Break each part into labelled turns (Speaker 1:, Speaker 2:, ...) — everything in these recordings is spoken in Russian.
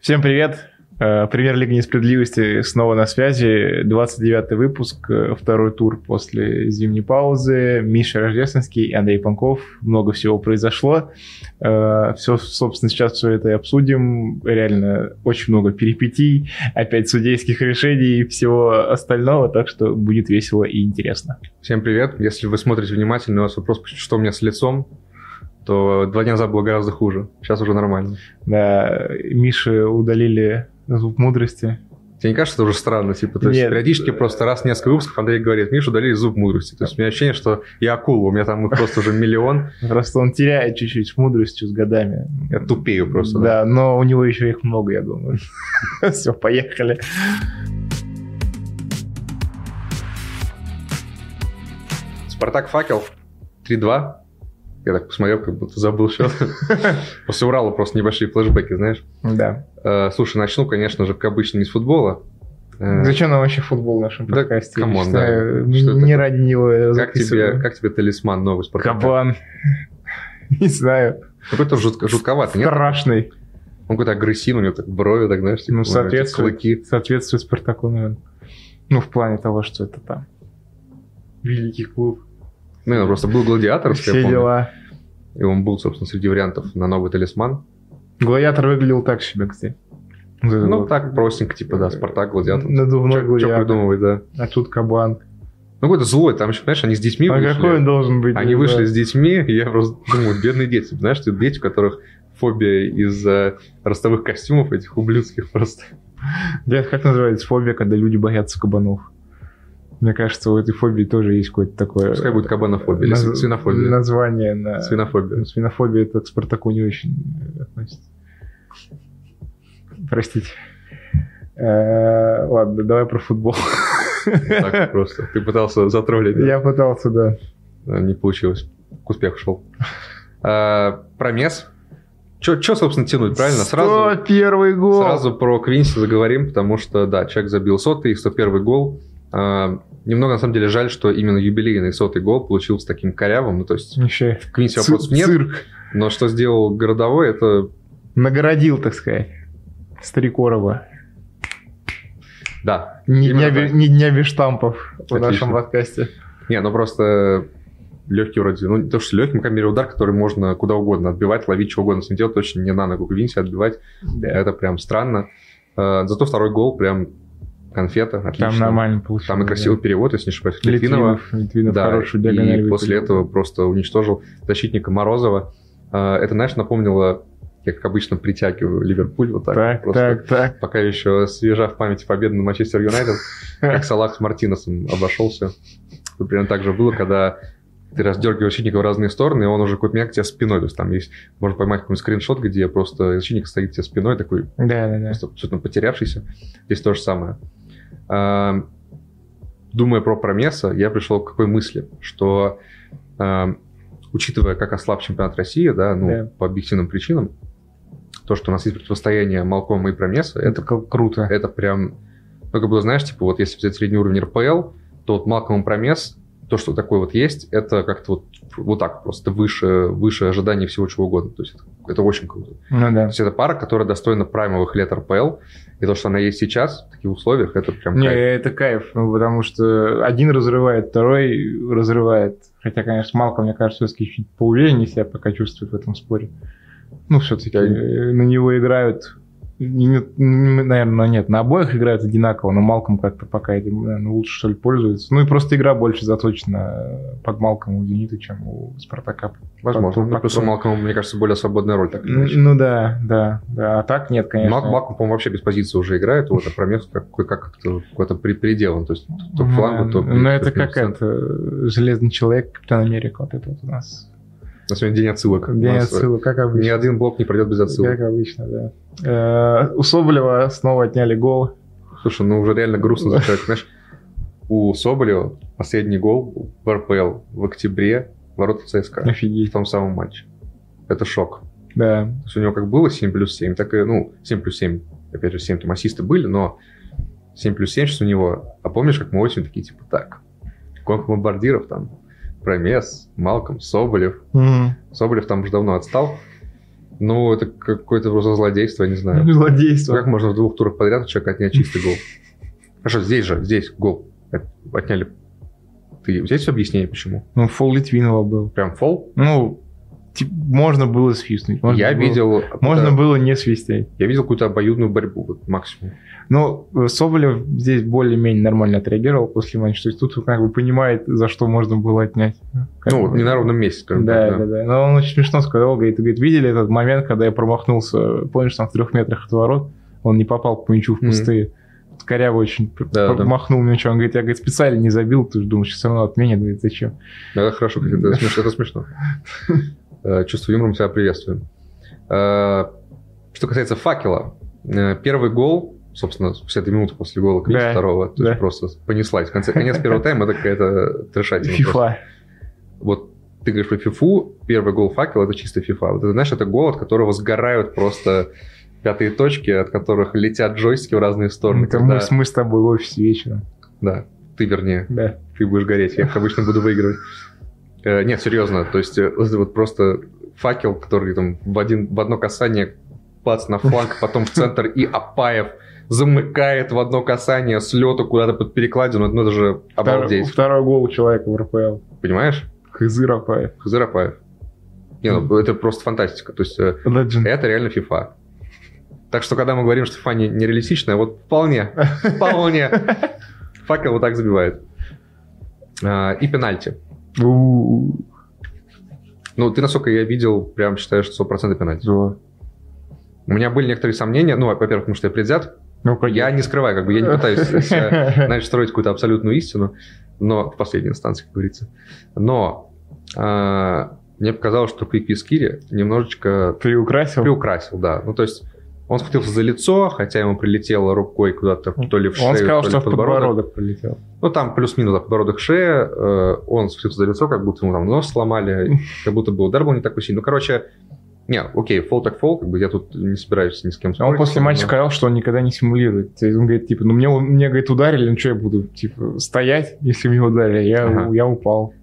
Speaker 1: Всем привет! Э, Премьер Лига Несправедливости снова на связи. 29 выпуск, э, второй тур после зимней паузы. Миша Рождественский и Андрей Панков. Много всего произошло. Все, собственно, сейчас все это и обсудим. Реально очень много перипетий, опять судейских решений и всего остального, так что будет весело и интересно.
Speaker 2: Всем привет. Если вы смотрите внимательно, у вас вопрос, что у меня с лицом, то два дня назад было гораздо хуже. Сейчас уже нормально.
Speaker 1: Да, Э, Мише удалили звук мудрости.
Speaker 2: Тебе не кажется, что это уже странно? Типа, то есть
Speaker 1: Нет.
Speaker 2: периодически просто раз в несколько выпусков Андрей говорит, Миша, удалили зуб мудрости. То есть у меня ощущение, что я акула, у меня там их просто уже миллион.
Speaker 1: Просто он теряет чуть-чуть мудростью с годами.
Speaker 2: Я тупею просто.
Speaker 1: Да, но у него еще их много, я думаю. Все, поехали.
Speaker 2: Спартак факел 3-2. Я так посмотрел, как будто забыл счет. После Урала просто небольшие флешбеки, знаешь.
Speaker 1: Да.
Speaker 2: Э, Слушай, начну, конечно же, как обычно, не с футбола. Э,
Speaker 1: Зачем нам вообще футбол в нашем
Speaker 2: Да,
Speaker 1: подкасте? Я
Speaker 2: камон,
Speaker 1: считаю,
Speaker 2: да. Что это
Speaker 1: Не
Speaker 2: такое?
Speaker 1: ради него
Speaker 2: Как тебе,
Speaker 1: записываю.
Speaker 2: как тебе талисман новый Спартака?
Speaker 1: Кабан. Не знаю.
Speaker 2: Какой-то жутко- жутковатый, нет?
Speaker 1: Страшный.
Speaker 2: Он какой-то агрессивный, у него так брови, так, знаешь, типа,
Speaker 1: Ну,
Speaker 2: у него эти
Speaker 1: соответствует.
Speaker 2: клыки.
Speaker 1: Соответствует Спартаку, наверное. Ну, в плане того, что это там. Великий клуб.
Speaker 2: Ну, он просто был гладиатор, я
Speaker 1: Все
Speaker 2: помню.
Speaker 1: дела.
Speaker 2: И он был, собственно, среди вариантов на новый талисман.
Speaker 1: Гладиатор выглядел так себе, кстати. Вот это
Speaker 2: Ну,
Speaker 1: вот
Speaker 2: так, простенько, типа, да, Спартак, гладиатор.
Speaker 1: Надувной
Speaker 2: Что
Speaker 1: гладиатор.
Speaker 2: придумывать, да.
Speaker 1: А тут кабан.
Speaker 2: Ну, какой-то злой, там еще, понимаешь, они с детьми
Speaker 1: А какой он
Speaker 2: вышли.
Speaker 1: должен быть?
Speaker 2: Они
Speaker 1: не
Speaker 2: вышли
Speaker 1: знаю.
Speaker 2: с детьми, и я просто думаю, бедные дети. Знаешь, это дети, у которых фобия из-за ростовых костюмов этих ублюдских просто.
Speaker 1: Да, это как называется фобия, когда люди боятся кабанов? Мне кажется, у этой фобии тоже есть какое-то такое...
Speaker 2: Пускай будет кабанофобия или
Speaker 1: наз-
Speaker 2: свинофобия.
Speaker 1: Название на...
Speaker 2: Свинофобия.
Speaker 1: Свинофобия это к Спартаку не очень э, относится. Простите. Э, Ладно, давай про футбол.
Speaker 2: Так просто. Ты пытался затроллить. да?
Speaker 1: Я пытался, да.
Speaker 2: Э, не получилось. К успеху шел. А, промес. Че, собственно, тянуть, правильно? Сразу,
Speaker 1: 101 гол.
Speaker 2: сразу про Квинси заговорим, потому что, да, человек забил сотый, 101 гол. А, немного, на самом деле, жаль, что именно юбилейный сотый гол получился таким корявым. Ну, то есть,
Speaker 1: Вообще,
Speaker 2: к Квинси
Speaker 1: ци-
Speaker 2: вопросов нет,
Speaker 1: цирк.
Speaker 2: но что сделал городовой, это,
Speaker 1: Нагородил, так сказать. Старикорова.
Speaker 2: да.
Speaker 1: Ни
Speaker 2: Именно
Speaker 1: дня,
Speaker 2: так.
Speaker 1: бе- ни дня без штампов в
Speaker 2: Отлично.
Speaker 1: нашем подкасте.
Speaker 2: Не, ну просто легкий вроде, ну не то, что легкий, но, по крайней мере, удар, который можно куда угодно отбивать, ловить что угодно, с ним делать, точно не на ногу Квинси отбивать.
Speaker 1: Да.
Speaker 2: Это прям странно. Э, Зато второй гол прям конфета, отлично.
Speaker 1: Там нормально получилось.
Speaker 2: Там и красивый
Speaker 1: да.
Speaker 2: перевод, если не ошибаюсь, Литвинова.
Speaker 1: Литвинов, Литвинов
Speaker 2: Да,
Speaker 1: хорошую диагональ
Speaker 2: и после
Speaker 1: выпилил.
Speaker 2: этого просто уничтожил защитника Морозова. Э, Это, знаешь, напомнило, я как обычно притягиваю Ливерпуль вот так.
Speaker 1: Так,
Speaker 2: просто.
Speaker 1: так, так.
Speaker 2: Пока еще свежа в памяти победа на Манчестер Юнайтед, как Салах с Мартинесом обошелся. Ну, Примерно так же было, когда ты раздергиваешь защитника в разные стороны, и он уже какой-то к тебе спиной. То есть там есть, можно поймать какой-нибудь скриншот, где просто защитник стоит тебе спиной, такой
Speaker 1: Да, да, да.
Speaker 2: просто абсолютно потерявшийся. Здесь то же самое. А, Думая про Промеса, я пришел к какой мысли, что а, учитывая, как ослаб чемпионат России, да, ну,
Speaker 1: Да.
Speaker 2: по объективным причинам, то, что у нас есть противостояние Малкома и Промеса, это,
Speaker 1: Это ка- круто.
Speaker 2: это прям, ну, как бы, знаешь, типа, вот если взять средний уровень РПЛ, то вот Малком и Промес, то, что такое вот есть, это как-то вот, вот так просто выше, выше ожиданий всего чего угодно. То есть это- это очень круто.
Speaker 1: Ну да.
Speaker 2: То есть это пара, которая достойна праймовых лет РПЛ. И то, что она есть сейчас, в таких условиях, это прям
Speaker 1: Не,
Speaker 2: кайф.
Speaker 1: это кайф, ну, потому что один разрывает, второй разрывает. Хотя, конечно, Малко, мне кажется, все-таки чуть поувереннее себя пока чувствует в этом споре. Ну, все-таки
Speaker 2: Да.
Speaker 1: на него играют, наверное, нет, на обоих играют одинаково, но Малком как-то пока этим, наверное, лучше, что ли, пользуется. Ну и просто игра больше заточена э, под Малком у Зенита, чем у Спартака.
Speaker 2: Возможно.
Speaker 1: Потом-
Speaker 2: Ну, плюс у Малкома, мне кажется, более свободная роль. Так или
Speaker 1: Н-
Speaker 2: иначе.
Speaker 1: Ну да, да, да. А так нет, конечно.
Speaker 2: Мал- Малком, по-моему, вообще без позиции уже играет, вот, а Промес как- как- как-то какой-то при- переделан. То есть то к
Speaker 1: Ну
Speaker 2: флангу,
Speaker 1: да,
Speaker 2: то...
Speaker 1: Ну это как
Speaker 2: на
Speaker 1: это, Железный Человек, Капитан Америка, вот это вот у нас.
Speaker 2: сегодня день отсылок. У
Speaker 1: День
Speaker 2: нас, э,
Speaker 1: отсылок, как обычно.
Speaker 2: Ни один блок не пройдет без отсылок.
Speaker 1: Как обычно, да. Э, У Соболева снова отняли гол.
Speaker 2: Слушай, ну уже реально грустно за человека, знаешь. У Соболева последний гол в РПЛ в октябре ворота ЦСКА в
Speaker 1: Офигеть.
Speaker 2: том самом матче. Это шок.
Speaker 1: Да.
Speaker 2: То есть у него как было 7 плюс 7, так и, ну, 7 плюс 7, опять же, 7 там ассисты были, но 7 плюс 7 сейчас у него. А помнишь, как мы осенью такие, типа, так, сколько бомбардиров там, Промес, Малком, Соболев.
Speaker 1: Мгм.
Speaker 2: Соболев там уже давно отстал. Ну, это какое-то просто злодейство, я не
Speaker 1: Ну,
Speaker 2: знаю. Как
Speaker 1: Злодейство.
Speaker 2: можно в двух турах подряд у человека отнять чистый гол? Хорошо, здесь же, здесь гол от- отняли. Ты, у тебя есть объяснение, почему?
Speaker 1: Ну, фол Литвинова был.
Speaker 2: Прям фол?
Speaker 1: Ну, тип- можно было свистнуть. можно
Speaker 2: я
Speaker 1: было-
Speaker 2: видел... а,
Speaker 1: Можно
Speaker 2: да,
Speaker 1: было не свистеть.
Speaker 2: Я видел какую-то обоюдную борьбу, вот, максимум.
Speaker 1: Ну, э, Соболев здесь более-менее нормально отреагировал после матча. То есть тут он как бы понимает, за что можно было отнять. Как
Speaker 2: ну,
Speaker 1: бы-
Speaker 2: вот, не на ровном месте, скажем
Speaker 1: Да,
Speaker 2: так.
Speaker 1: да,
Speaker 2: да.
Speaker 1: да. Но он очень смешно сказал, говорит, говорит, видели этот момент, когда я промахнулся, помнишь, там в трех метрах от ворот, он не попал по мячу в
Speaker 2: Мгм.
Speaker 1: пустые. Коряво очень п-
Speaker 2: Да, да.
Speaker 1: промахнул мячом. Он говорит, я говорит, специально не забил, ты же думаешь, все равно отменят. Говорит, зачем?
Speaker 2: Ну, Это хорошо, как это смешно. Это смешно. Э, Чувство юмора мы тебя приветствуем. Э, Что касается факела, э, первый гол, собственно, 50 минут после гола Клинча
Speaker 1: Да,
Speaker 2: второго, то
Speaker 1: да.
Speaker 2: есть просто понеслась. В конце, конец первого тайма, это какая-то трешатина. просто.
Speaker 1: Фифа.
Speaker 2: Вот ты говоришь про фифу, первый гол факела, это чисто фифа. Вот это, знаешь, это гол, от которого сгорают просто пятые точки, от которых летят джойстики в разные стороны.
Speaker 1: Это
Speaker 2: когда-
Speaker 1: мы, с- мы с тобой в офисе вечером.
Speaker 2: Да, ты вернее
Speaker 1: Да.
Speaker 2: ты будешь гореть, я как обычно буду выигрывать. Э, Нет, серьезно, то есть э, вот это вот просто факел, который там в, один, в одно касание пац на фланг, потом в центр, и Апаев замыкает в одно касание с лету куда-то под перекладину, ну это же
Speaker 1: Второй-
Speaker 2: обалдеть,
Speaker 1: второй гол у человека в РПЛ.
Speaker 2: понимаешь?
Speaker 1: Хызыр Апаев.
Speaker 2: Хызыр Апаев. Не, ну это просто фантастика, то есть э,
Speaker 1: Legend.
Speaker 2: это реально FIFA. Так что, когда мы говорим, что FIFA не- нереалистичная, вот вполне, вполне. Факел вот так забивает. А, И пенальти.
Speaker 1: У-у-у.
Speaker 2: Ну, ты, насколько я видел, прям считаешь, что 100% пенальти.
Speaker 1: Да.
Speaker 2: У меня были некоторые сомнения. Ну, во-первых, потому что я предвзят.
Speaker 1: Ну, как
Speaker 2: Я не скрываю, как бы я не пытаюсь, э, себя, знаешь, строить какую-то абсолютную истину. Но в последней инстанции, как говорится. Но а, мне показалось, что Квик Кири немножечко
Speaker 1: Приукрасил.
Speaker 2: приукрасил, да. Ну, то есть он схватился за лицо, хотя ему прилетело рукой куда-то то ли в шею,
Speaker 1: Он сказал,
Speaker 2: то ли
Speaker 1: что в подбородок прилетел.
Speaker 2: Ну, там плюс-минус за подбородок шея, э, он схватился за лицо, как будто ему там нос сломали, как будто бы удар был не такой сильный. Ну, короче, не, окей, фол так фол, как бы я тут не собираюсь ни с кем
Speaker 1: А он
Speaker 2: спорить.
Speaker 1: после матча
Speaker 2: Но-
Speaker 1: сказал, что он никогда не симулирует. То есть он говорит, типа, ну мне, мне говорит, ударили, ну что я буду, типа, стоять, если меня ударили, я,
Speaker 2: Ага.
Speaker 1: я упал.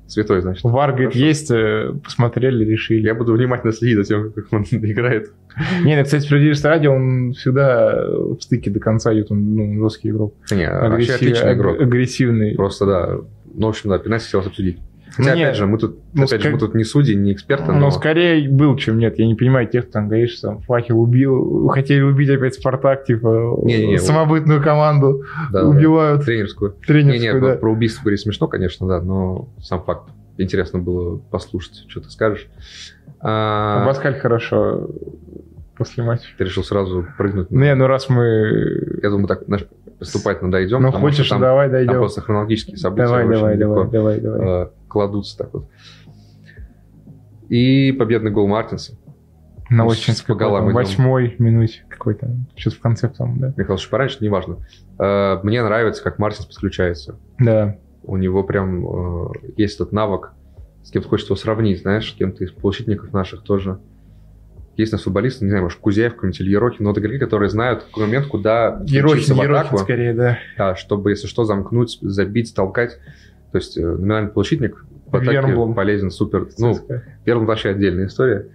Speaker 2: Святой, значит.
Speaker 1: Вар, говорит,
Speaker 2: Хорошо.
Speaker 1: есть, э, посмотрели, решили.
Speaker 2: Я буду внимательно следить за тем, как он играет.
Speaker 1: Не, ну, кстати, справедливости ради, он всегда э, в стыке до конца идет, он ну, жесткий игрок.
Speaker 2: Не, А, вообще
Speaker 1: Агрессив-
Speaker 2: отличный игрок.
Speaker 1: аг- Агрессивный.
Speaker 2: Просто, да. Ну, в общем, да, пенальти хотелось обсудить. Хотя,
Speaker 1: Мне-
Speaker 2: опять же, мы тут,
Speaker 1: ну,
Speaker 2: опять же,
Speaker 1: ска-
Speaker 2: мы тут не судьи, не эксперты,
Speaker 1: Но
Speaker 2: но...
Speaker 1: скорее был, чем нет. Я не понимаю тех, кто там говорит, что там факел убил, хотели убить опять Спартак, типа,
Speaker 2: Не-не-не,
Speaker 1: самобытную команду
Speaker 2: да, да.
Speaker 1: убивают
Speaker 2: Тренерскую. Не, не, ну,
Speaker 1: тренерскую, да.
Speaker 2: про- про убийство говорить смешно, конечно, да, но сам факт. Интересно было послушать, что ты скажешь. А,
Speaker 1: А Паскаль хорошо после матча.
Speaker 2: Ты решил сразу прыгнуть.
Speaker 1: Не, ну раз мы...
Speaker 2: Я думаю, так наш- поступательно дойдем.
Speaker 1: Ну
Speaker 2: потому что
Speaker 1: хочешь,
Speaker 2: там,
Speaker 1: давай
Speaker 2: там
Speaker 1: дойдем.
Speaker 2: просто хронологические события
Speaker 1: Давай,
Speaker 2: очень
Speaker 1: давай, давай,
Speaker 2: легко,
Speaker 1: давай, давай.
Speaker 2: э, кладутся так вот. И победный гол Мартинса.
Speaker 1: На
Speaker 2: ну,
Speaker 1: очень
Speaker 2: с- по голам идем.
Speaker 1: восьмой минуте какой-то. Что-то в конце там, да.
Speaker 2: Михаил Шапаранч, неважно. Э, Мне нравится, как Мартинс подключается.
Speaker 1: Да.
Speaker 2: У него прям э, есть этот навык, с кем хочется его сравнить, знаешь, с кем-то из полузащитников наших тоже. Есть на футболистов, не знаю, может, Кузяев, какой-нибудь или Ерохин, но это игроки, которые знают в какой момент, куда включиться
Speaker 1: Ерохин,
Speaker 2: в
Speaker 1: Ерохин
Speaker 2: атаку.
Speaker 1: скорее, да.
Speaker 2: Да, а чтобы, если что, замкнуть, забить, толкать. То есть э, номинальный полузащитник в атаке
Speaker 1: Вернблум.
Speaker 2: полезен, супер. Ну, Вернблум вообще отдельная история.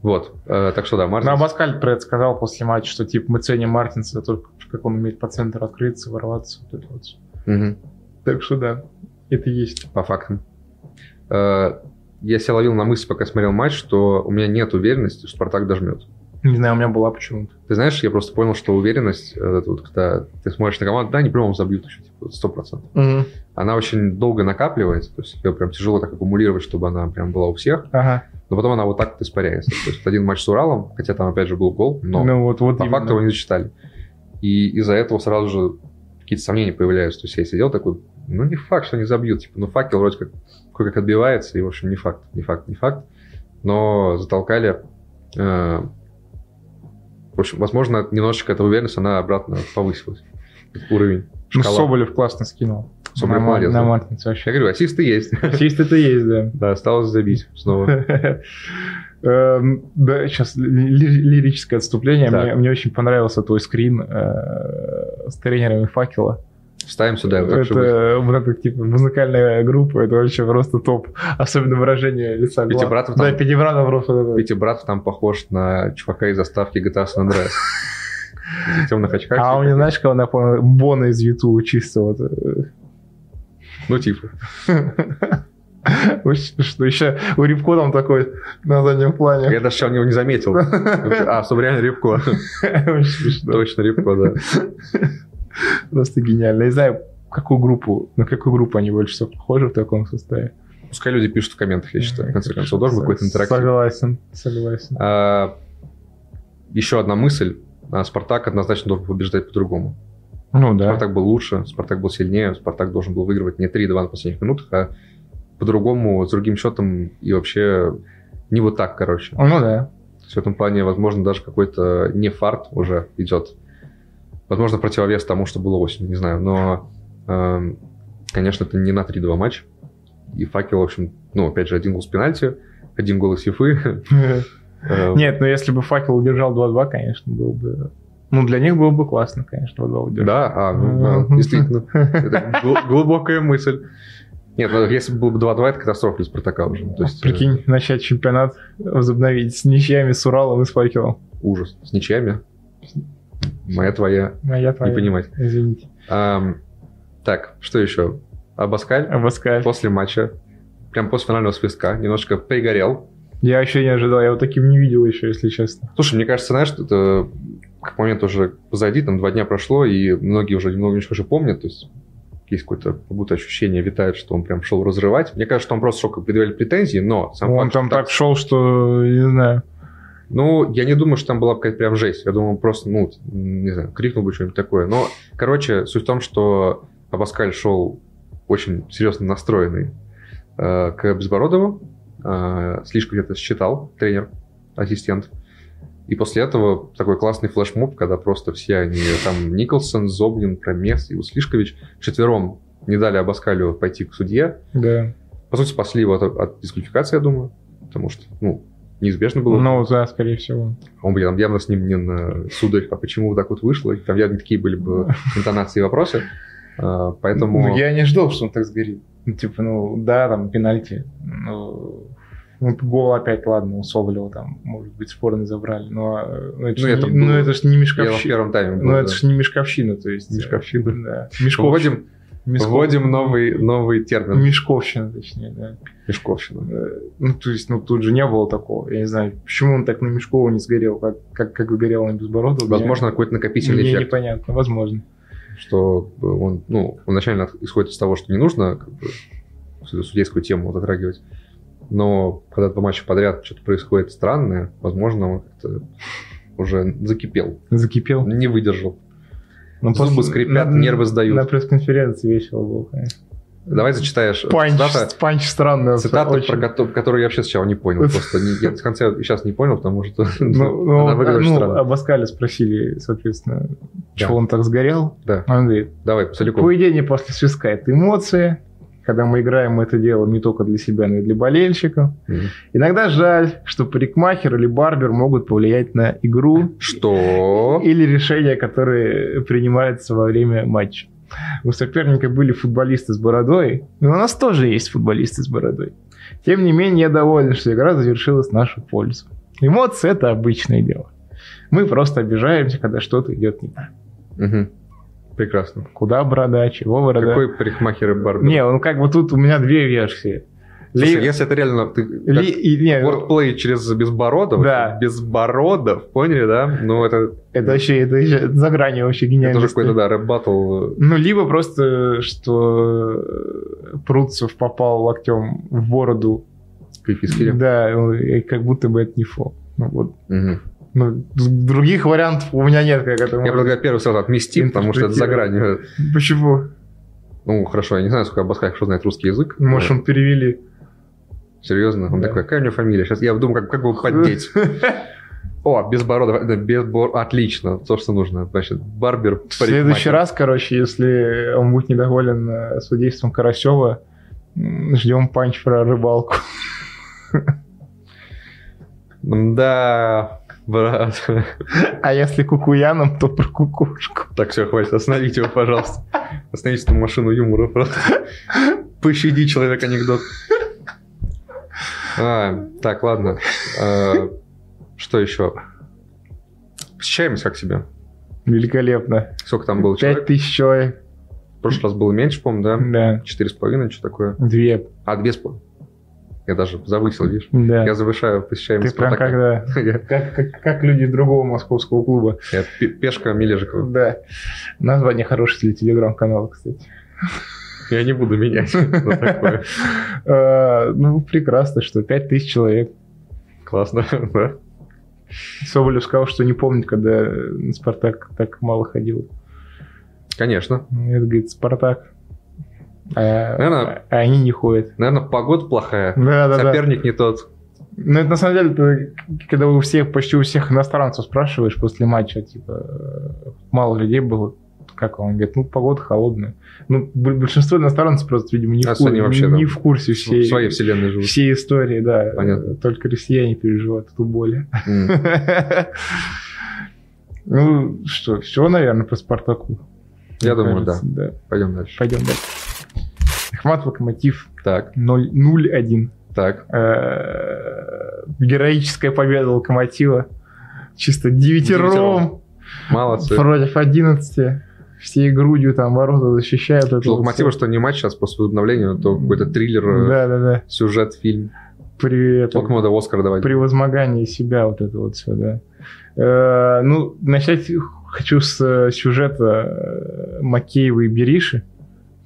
Speaker 2: Вот. Э, так что да,
Speaker 1: На
Speaker 2: Мартин.
Speaker 1: Абаскаль Ну, а про это сказал после матча, что типа мы ценим Мартинса только как он умеет по центру открыться, ворваться. вот это вот.
Speaker 2: Мгм,
Speaker 1: Так что да, это есть.
Speaker 2: по фактам. Э, я себя ловил на мысли, пока смотрел матч, что у меня нет уверенности, что Спартак дожмет.
Speaker 1: Не знаю, у меня была почему-то.
Speaker 2: Ты знаешь, я просто понял, что уверенность, э, это вот, когда ты смотришь на команду, да, они по-любому забьют еще, типа, 100%. Она очень долго накапливается, то есть ее прям тяжело так аккумулировать, чтобы она прям была у всех.
Speaker 1: Ага.
Speaker 2: Но потом она вот так вот испаряется. То есть один матч с Уралом, хотя там опять же был гол, но
Speaker 1: Ну вот, вот
Speaker 2: по
Speaker 1: именно.
Speaker 2: факту его не зачитали. И из-за этого сразу же какие-то сомнения появляются. То есть я сидел такой, ну не факт, что они забьют. Типа, ну факел вроде как кое-как отбивается, и в общем не факт, не факт, не факт. Но затолкали. э, в общем, возможно, немножечко эта уверенность, она обратно повысилась. Уровень.
Speaker 1: Ну,
Speaker 2: шкала.
Speaker 1: Соболев классно скинул.
Speaker 2: Соболев
Speaker 1: на,
Speaker 2: молодец,
Speaker 1: Мар- на
Speaker 2: да.
Speaker 1: Мартинса вообще.
Speaker 2: Я говорю, ассисты есть.
Speaker 1: Ассист это есть, да.
Speaker 2: Да, осталось забить снова.
Speaker 1: Эм, Да, сейчас лирическое отступление.
Speaker 2: Так.
Speaker 1: Мне мне очень понравился твой скрин э, с тренерами факела.
Speaker 2: Вставим сюда. вот так, чтобы-
Speaker 1: это вот это типа музыкальная группа, это вообще просто топ. Особенно выражение лица. глаз.
Speaker 2: Пятибратов там-
Speaker 1: Да, Пятибратов просто. вот это.
Speaker 2: Витя Братов там похож на чувака из заставки GTA San Andreas. В темных очках.
Speaker 1: А у меня, знаешь, кого напомнил? Бона из Ютуба чисто вот.
Speaker 2: Ну, типа.
Speaker 1: Очень Что еще у Рябко там такой на заднем плане.
Speaker 2: Я даже сейчас его не заметил. А, чтобы реально Рябко.
Speaker 1: Очень смешно.
Speaker 2: Точно Рябко, да.
Speaker 1: Просто гениально. Я не знаю, какую группу, на какую группу они больше всего похожи в таком составе.
Speaker 2: Пускай люди пишут в комментах, я считаю. В конце концов, должен быть какой-то интерактив.
Speaker 1: Согласен, согласен.
Speaker 2: А, Еще одна мысль. А, Спартак однозначно должен побеждать по-другому.
Speaker 1: Ну да.
Speaker 2: Спартак был лучше, Спартак был сильнее, Спартак должен был выигрывать не 3-2 на последних минутах, а по-другому, с другим счетом и вообще не вот так, короче.
Speaker 1: Ну да.
Speaker 2: То есть в этом плане, возможно, даже какой-то не фарт уже идет. Возможно, противовес тому, что было осенью, не знаю. Но, эм, конечно, это не на 3-2 матч. И факел, в общем, ну, опять же, один гол с пенальти, один гол из Ефы. Эм,
Speaker 1: Нет, ну если бы факел удержал 2-2, конечно, было бы. Ну, для них было бы классно, конечно, 2-2 удержать.
Speaker 2: Да, а, ну, да, действительно. Это гл- глубокая мысль. Нет, ну, если бы было бы 2-2, это катастрофа для Спартака уже. То есть, э,
Speaker 1: Прикинь, начать чемпионат, возобновить с ничьями, с Уралом и с факелом.
Speaker 2: ужас. С ничьями. Моя твоя.
Speaker 1: Моя твоя.
Speaker 2: Не понимать.
Speaker 1: А Извините.
Speaker 2: Ам, так, что еще? Абаскаль.
Speaker 1: А Абаскаль.
Speaker 2: после матча, прям после финального свистка, немножко пригорел.
Speaker 1: Я вообще не ожидал, я его таким не видел еще, если честно.
Speaker 2: Слушай, мне кажется, знаешь, это как момент уже позади, там два дня прошло, и многие уже немного ничего же помнят, то есть есть какое-то как будто ощущение витает, что он прям шел разрывать. Мне кажется, что он просто шел, как предъявляли претензии, но сам
Speaker 1: Он
Speaker 2: факт,
Speaker 1: там
Speaker 2: что
Speaker 1: так шел, что, не знаю,
Speaker 2: Ну, я не думаю, что там была какая-то прям жесть. Я думаю, просто, ну, не знаю, крикнул бы что-нибудь такое. Но, короче, суть в том, что Абаскаль шел очень серьезно настроенный э, к Безбородову. Э, слишком где-то считал тренер, ассистент. И после этого такой классный флешмоб, когда просто все они, там, Николсон, Зобнин, Промес и Услишкович четвером не дали Абаскалю пойти к судье.
Speaker 1: да.
Speaker 2: По сути, спасли его от, от дисквалификации, я думаю, потому что, ну, неизбежно было.
Speaker 1: Ну, да, скорее всего.
Speaker 2: Он бы там явно с ним не на сударь, а почему вот так вот вышло? И Там явно такие были бы интонации и вопросы. А, Поэтому...
Speaker 1: Ну, я не ждал, что он так сгорит. Ну, типа, ну, да, там, пенальти. Ну, ну, гол опять, ладно, у Соболева там, может быть, спорный забрали, но э, ну, это,
Speaker 2: Ну,
Speaker 1: ж
Speaker 2: это
Speaker 1: не,
Speaker 2: было-
Speaker 1: ну, это ж не
Speaker 2: Я в
Speaker 1: мешковщина.
Speaker 2: первом тайме был,
Speaker 1: Ну,
Speaker 2: да.
Speaker 1: это ж не мешковщина, то есть... э,
Speaker 2: Мешковщина.
Speaker 1: Да. Мешков-
Speaker 2: Вводим,
Speaker 1: мешков-
Speaker 2: вводим новый, новый термин.
Speaker 1: Мешковщина, точнее, да.
Speaker 2: Мешковщина.
Speaker 1: Э, Ну, то есть, ну, тут же не было такого. Я не знаю, почему он так на Мешкова не сгорел, как, как, как сгорел на Безбородова.
Speaker 2: Возможно, какой-то
Speaker 1: мне,
Speaker 2: накопительный
Speaker 1: мне
Speaker 2: эффект,
Speaker 1: непонятно, возможно.
Speaker 2: что он, ну, он изначально от- исходит из того, что не нужно как бы, суд- судейскую тему вот затрагивать. Но когда два матча подряд что-то происходит странное, возможно, он как-то уже закипел,
Speaker 1: Закипел.
Speaker 2: не выдержал.
Speaker 1: Ну,
Speaker 2: Зубы
Speaker 1: после-
Speaker 2: скрипят,
Speaker 1: на-
Speaker 2: нервы сдают.
Speaker 1: На пресс-конференции весело было, конечно.
Speaker 2: Давай зачитаешь э,
Speaker 1: Панч,
Speaker 2: цитата.
Speaker 1: панч странный.
Speaker 2: Цитата,
Speaker 1: очень.
Speaker 2: про кото- которую я вообще сначала не понял. Просто не- я до конца сейчас не понял, потому что
Speaker 1: Ну, ну,
Speaker 2: она выглядит
Speaker 1: ну,
Speaker 2: странно.
Speaker 1: об Аскале спросили, соответственно, чего он так сгорел.
Speaker 2: Да,
Speaker 1: Он говорит,
Speaker 2: давай, целиком.
Speaker 1: поведение после свистка – это эмоции. Когда мы играем, мы это делаем не только для себя, но и для болельщиков.
Speaker 2: Мгм.
Speaker 1: Иногда жаль, что парикмахер или барбер могут повлиять на игру
Speaker 2: Что?
Speaker 1: или решения, которые принимаются во время матча. У соперника были футболисты с бородой, но у нас тоже есть футболисты с бородой. Тем не менее, я доволен, что игра завершилась в нашу пользу. Эмоции – это обычное дело. Мы просто обижаемся, когда что-то идет не так.
Speaker 2: Мгм. Прекрасно.
Speaker 1: Куда борода, чего борода?
Speaker 2: Какой парикмахер и барбер?
Speaker 1: Не, ну как бы тут у меня две версии.
Speaker 2: Слушай,
Speaker 1: Ли-
Speaker 2: если это реально ты как
Speaker 1: ли- и- не, ну,
Speaker 2: wordplay через безбородов,
Speaker 1: Да.
Speaker 2: безбородов, поняли, да? Ну, это,
Speaker 1: это вообще, это вообще это за гранью вообще
Speaker 2: это
Speaker 1: гениально.
Speaker 2: уже какой-то, да, э, рэп-баттл.
Speaker 1: Ну, либо просто, что э, Пруцев попал локтем в бороду.
Speaker 2: Пиписки.
Speaker 1: Да, ну, и как будто бы это не фол. Ну, вот.
Speaker 2: Мгм.
Speaker 1: Ну, д- других вариантов у меня нет, как это
Speaker 2: Я
Speaker 1: можно-
Speaker 2: предлагаю первый сразу отмести, потому что это за гранью.
Speaker 1: Почему?
Speaker 2: Ну, хорошо, я не знаю, сколько Абаскаль хорошо знает русский язык.
Speaker 1: Может, он перевели.
Speaker 2: Серьезно? Он
Speaker 1: Да.
Speaker 2: такой, какая у него фамилия? Сейчас я думаю, как, как бы его поддеть. О, безбородов, да, безбор, отлично, то, что нужно. Значит, барбер,
Speaker 1: В следующий
Speaker 2: парикмахер.
Speaker 1: раз, короче, если он будет недоволен э, судейством Карасева, м, ждем панч про рыбалку.
Speaker 2: Да, брат.
Speaker 1: А если кукуяном, то про кукушку.
Speaker 2: Так, все, хватит, остановите его, пожалуйста. Остановись эту машину юмора просто. Пощади человек анекдот. А, так, ладно. А, что еще? Посещаемость как себе?
Speaker 1: Великолепно.
Speaker 2: Сколько там было
Speaker 1: Пять
Speaker 2: человек?
Speaker 1: тысяч человек.
Speaker 2: В прошлый раз было меньше, по-моему, да?
Speaker 1: Да.
Speaker 2: Четыре с половиной, что такое?
Speaker 1: Две.
Speaker 2: А, две с половиной. Я даже завысил, видишь?
Speaker 1: Да.
Speaker 2: Я завышаю посещаемость
Speaker 1: Ты прям как,
Speaker 2: Спартака.
Speaker 1: да,
Speaker 2: Я-
Speaker 1: как, как, как люди другого московского клуба.
Speaker 2: я пе- Пешка Мележикова.
Speaker 1: Да. Название хорошее для телеграм-канала, кстати.
Speaker 2: Я не буду менять на такое.
Speaker 1: Э, Ну, прекрасно, что пять тысяч человек.
Speaker 2: Классно, да?
Speaker 1: Соболев сказал, что не помнит, когда на «Спартак» так мало ходил.
Speaker 2: Конечно.
Speaker 1: Это, говорит, «Спартак». А,
Speaker 2: Наверное-
Speaker 1: а они не ходят.
Speaker 2: Наверное, погода плохая.
Speaker 1: Да, да, да.
Speaker 2: Соперник не тот.
Speaker 1: Ну, это на самом деле, это когда у всех, почти у всех иностранцев спрашиваешь после матча, типа, э, мало людей было, как он говорит, ну, погода холодная. Ну, б- большинство иностранцев просто, видимо, не, в,
Speaker 2: Особенно
Speaker 1: кур-
Speaker 2: вообще,
Speaker 1: не
Speaker 2: да,
Speaker 1: в курсе всей,
Speaker 2: В своей вселенной живут.
Speaker 1: всей истории, да.
Speaker 2: Понятно.
Speaker 1: Только россияне переживают эту боль.
Speaker 2: М.
Speaker 1: Ну, что, все, наверное, по «Спартаку».
Speaker 2: Я
Speaker 1: Мне
Speaker 2: думаю, да.
Speaker 1: кажется, да.
Speaker 2: Пойдем дальше.
Speaker 1: Пойдем дальше. Ахмат Локомотив
Speaker 2: Так,
Speaker 1: 0- 0-1.
Speaker 2: так.
Speaker 1: Э, героическая победа Локомотива. Чисто девятером
Speaker 2: Девятером. Молодцы.
Speaker 1: против 11. Всей грудью там ворота защищают. Это
Speaker 2: Что Локомотива, что не матч сейчас после возобновления, а то какой-то
Speaker 1: вот-
Speaker 2: триллер, э,
Speaker 1: Да-да-да.
Speaker 2: сюжет, фильм.
Speaker 1: При, этом-
Speaker 2: Сколько надо Оскар давать?
Speaker 1: при возмогании себя вот это вот все, да. Э, ну, начать хочу с э, сюжета э, Макеева и Бериши.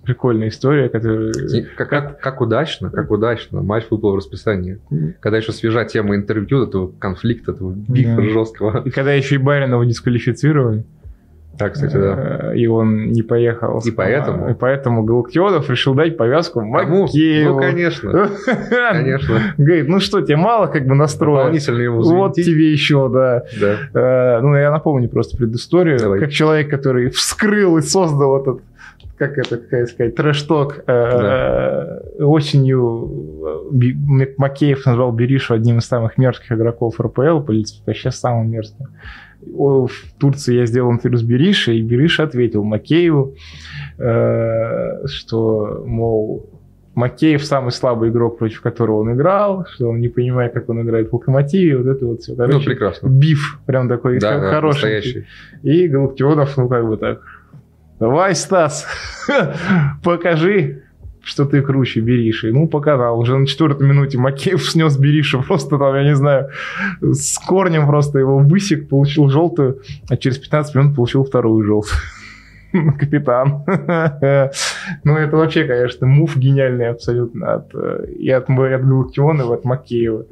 Speaker 1: Прикольная история, которая...
Speaker 2: И Как, как, как удачно, как удачно. Матч выпал в расписании. Когда еще свежа тема интервью, этого конфликта, этого бифа
Speaker 1: Да.
Speaker 2: жесткого.
Speaker 1: И когда еще и Баринова дисквалифицировали,
Speaker 2: Так, кстати, да.
Speaker 1: Э, И он не поехал.
Speaker 2: И поэтому?
Speaker 1: И поэтому Галактионов решил дать повязку
Speaker 2: Кому?
Speaker 1: Макееву.
Speaker 2: Ну,
Speaker 1: Эм,
Speaker 2: конечно. Конечно. ну,
Speaker 1: Говорит, ну что, тебе мало как бы настроя?
Speaker 2: Дополнительно его
Speaker 1: Вот
Speaker 2: завинтить.
Speaker 1: тебе еще, да.
Speaker 2: Да.
Speaker 1: Э, Ну, я напомню просто предысторию.
Speaker 2: Давай.
Speaker 1: Как человек, который вскрыл и создал этот, как это, как сказать, трэш-ток. э, э, Осенью э, Би- М- Макеев назвал Беришу одним из самых мерзких игроков РПЛ, полиц- вообще самым мерзким. О, В Турции я сделал интервью с Беришей, и Бериш ответил Макееву, э, что, мол, Макеев самый слабый игрок, против которого он играл, что он не понимает, как он играет в локомотиве, вот это вот все.
Speaker 2: Ну, прекрасно.
Speaker 1: Биф, прям такой
Speaker 2: Да, да,
Speaker 1: хороший.
Speaker 2: настоящий.
Speaker 1: И Галактионов, ну как бы так. Давай, Стас, покажи, что ты круче Бериши. Ну, показал. Уже на четвертой минуте Макеев снес Бериша просто там, я не знаю, с корнем просто его высек, получил желтую, а через 15 минут получил вторую желтую. Капитан. ну, это вообще, конечно, мув гениальный абсолютно от, э, и от, М- и от Галактионова, и от Макеева.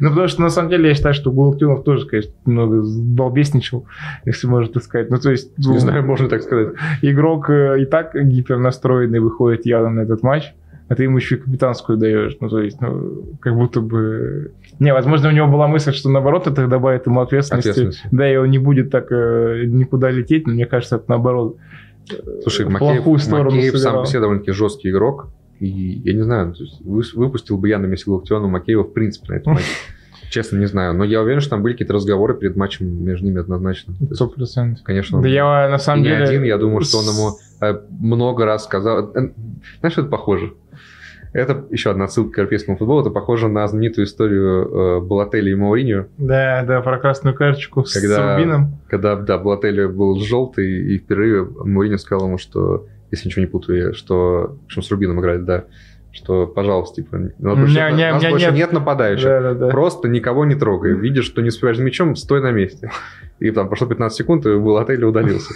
Speaker 1: Ну, потому что, на самом деле, я считаю, что Галактионов тоже, конечно, немного балбесничал, если можно так сказать. Ну, то есть...
Speaker 2: Не
Speaker 1: ну,
Speaker 2: знаю, можно так сказать.
Speaker 1: игрок э, и так гипернастроенный выходит явно на этот матч, а ты ему еще и капитанскую даешь. Ну, то есть, ну, как будто бы... Не, возможно, у него была мысль, что наоборот это добавит ему ответственности.
Speaker 2: Ответственности.
Speaker 1: Да, и он не будет так э, никуда лететь, но мне кажется, это наоборот. э,
Speaker 2: Слушай,
Speaker 1: в
Speaker 2: Макеев,
Speaker 1: плохую сторону
Speaker 2: Макеев сам
Speaker 1: сыграл.
Speaker 2: по себе довольно-таки жесткий игрок. И я не знаю, то есть вы- выпустил бы я на месте Галактиона Макеева в принципе на этот матч. Честно, не знаю. Но я уверен, что там были какие-то разговоры перед матчем между ними однозначно. То есть,
Speaker 1: Сто процентов.
Speaker 2: Конечно,
Speaker 1: Да
Speaker 2: он
Speaker 1: я на самом
Speaker 2: и не
Speaker 1: деле...
Speaker 2: один, я думаю, что он
Speaker 1: с-
Speaker 2: ему э, много раз сказал. Э, Знаешь, это похоже? Это еще одна отсылка к европейскому футболу. Это похоже на знаменитую историю э, Балотелли и Мауриньо,
Speaker 1: Да, да, про красную карточку с
Speaker 2: Когда-
Speaker 1: Рубином.
Speaker 2: когда, да, Балотелли был желтый, и впервые Мауриньо сказал ему, что, если ничего не путаю, я, что, в общем, с Рубином играли, да, что, пожалуйста, типа, нас больше,
Speaker 1: меня- меня-
Speaker 2: нас
Speaker 1: меня
Speaker 2: больше
Speaker 1: нет.
Speaker 2: нет, нападающих.
Speaker 1: Да, да, да.
Speaker 2: Просто никого не трогай. Видишь, что не успеваешь за мячом, стой на месте. И там прошло 15 секунд, и был отель и удалился.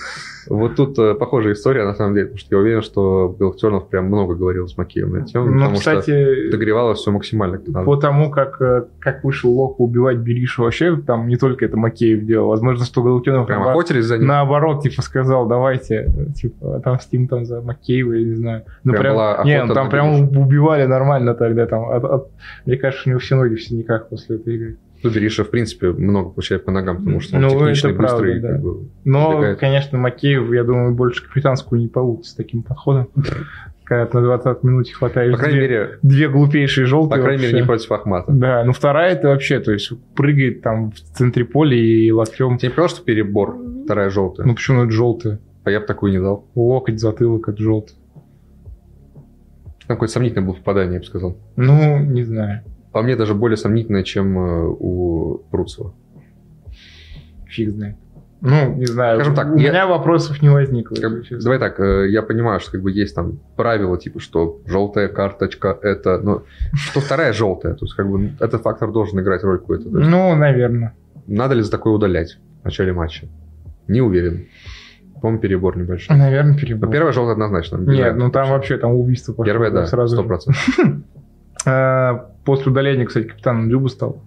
Speaker 2: Вот тут э, похожая история, на самом деле, потому что я уверен, что Белхтернов прям много говорил с Макеевым на эту тему,
Speaker 1: Ну,
Speaker 2: потому что
Speaker 1: кстати,
Speaker 2: догревало все максимально. как надо.
Speaker 1: по тому, как, э, как вышел Лока убивать Беришу, вообще там не только это Макеев делал. Возможно, что Галутенов
Speaker 2: Прям охотились за ним.
Speaker 1: наоборот, типа, сказал, давайте, э, типа, отомстим там за Макеева, я не знаю. Ну,
Speaker 2: Прям
Speaker 1: прям,
Speaker 2: была
Speaker 1: не,
Speaker 2: охота
Speaker 1: ну, там
Speaker 2: на
Speaker 1: прям убивали нормально тогда. Там, от- от- мне кажется, у него все ноги в синяках после этой игры.
Speaker 2: Ну, Бериша, в принципе, много получает по ногам, потому что он
Speaker 1: Ну,
Speaker 2: техничный,
Speaker 1: это правда,
Speaker 2: быстрый.
Speaker 1: да.
Speaker 2: как бы.
Speaker 1: Но,
Speaker 2: Убегает.
Speaker 1: конечно, Макеев, я думаю, больше капитанскую не получится с таким подходом. Когда ты на 20 минуте хватаешь
Speaker 2: По крайней
Speaker 1: две,
Speaker 2: мере,
Speaker 1: две глупейшие
Speaker 2: по
Speaker 1: желтые.
Speaker 2: крайней мере,
Speaker 1: вообще.
Speaker 2: не против Ахмата.
Speaker 1: Да, ну вторая это вообще, то есть прыгает там в центре поля и локтем.
Speaker 2: Тебе не показалось, что перебор? Вторая желтая.
Speaker 1: Ну почему это желтая?
Speaker 2: А я бы такую не дал.
Speaker 1: Локоть, затылок от желтый.
Speaker 2: Там какое-то сомнительное было попадание, я бы сказал.
Speaker 1: Ну, не знаю.
Speaker 2: По мне даже более сомнительное, чем э, у Пруцева.
Speaker 1: Фиг знает. Ну, не знаю.
Speaker 2: Скажем так,
Speaker 1: у
Speaker 2: я-
Speaker 1: меня вопросов не возникло.
Speaker 2: Как бы,
Speaker 1: если честно.
Speaker 2: давай так, э, я понимаю, что как бы есть там правила, типа, что желтая карточка это, но что вторая желтая, то есть как бы этот фактор должен играть роль какую-то. То есть
Speaker 1: Ну, наверное.
Speaker 2: Надо ли за такое удалять в начале матча? Не уверен. По-моему, перебор небольшой.
Speaker 1: Наверное, перебор.
Speaker 2: Но первая желтая однозначно.
Speaker 1: Нет,
Speaker 2: обижает.
Speaker 1: ну там вообще там убийство пошло.
Speaker 2: Первая, да,
Speaker 1: сразу.
Speaker 2: сто
Speaker 1: же.
Speaker 2: процентов.
Speaker 1: А, после удаления, кстати, капитаном Дзюба стал.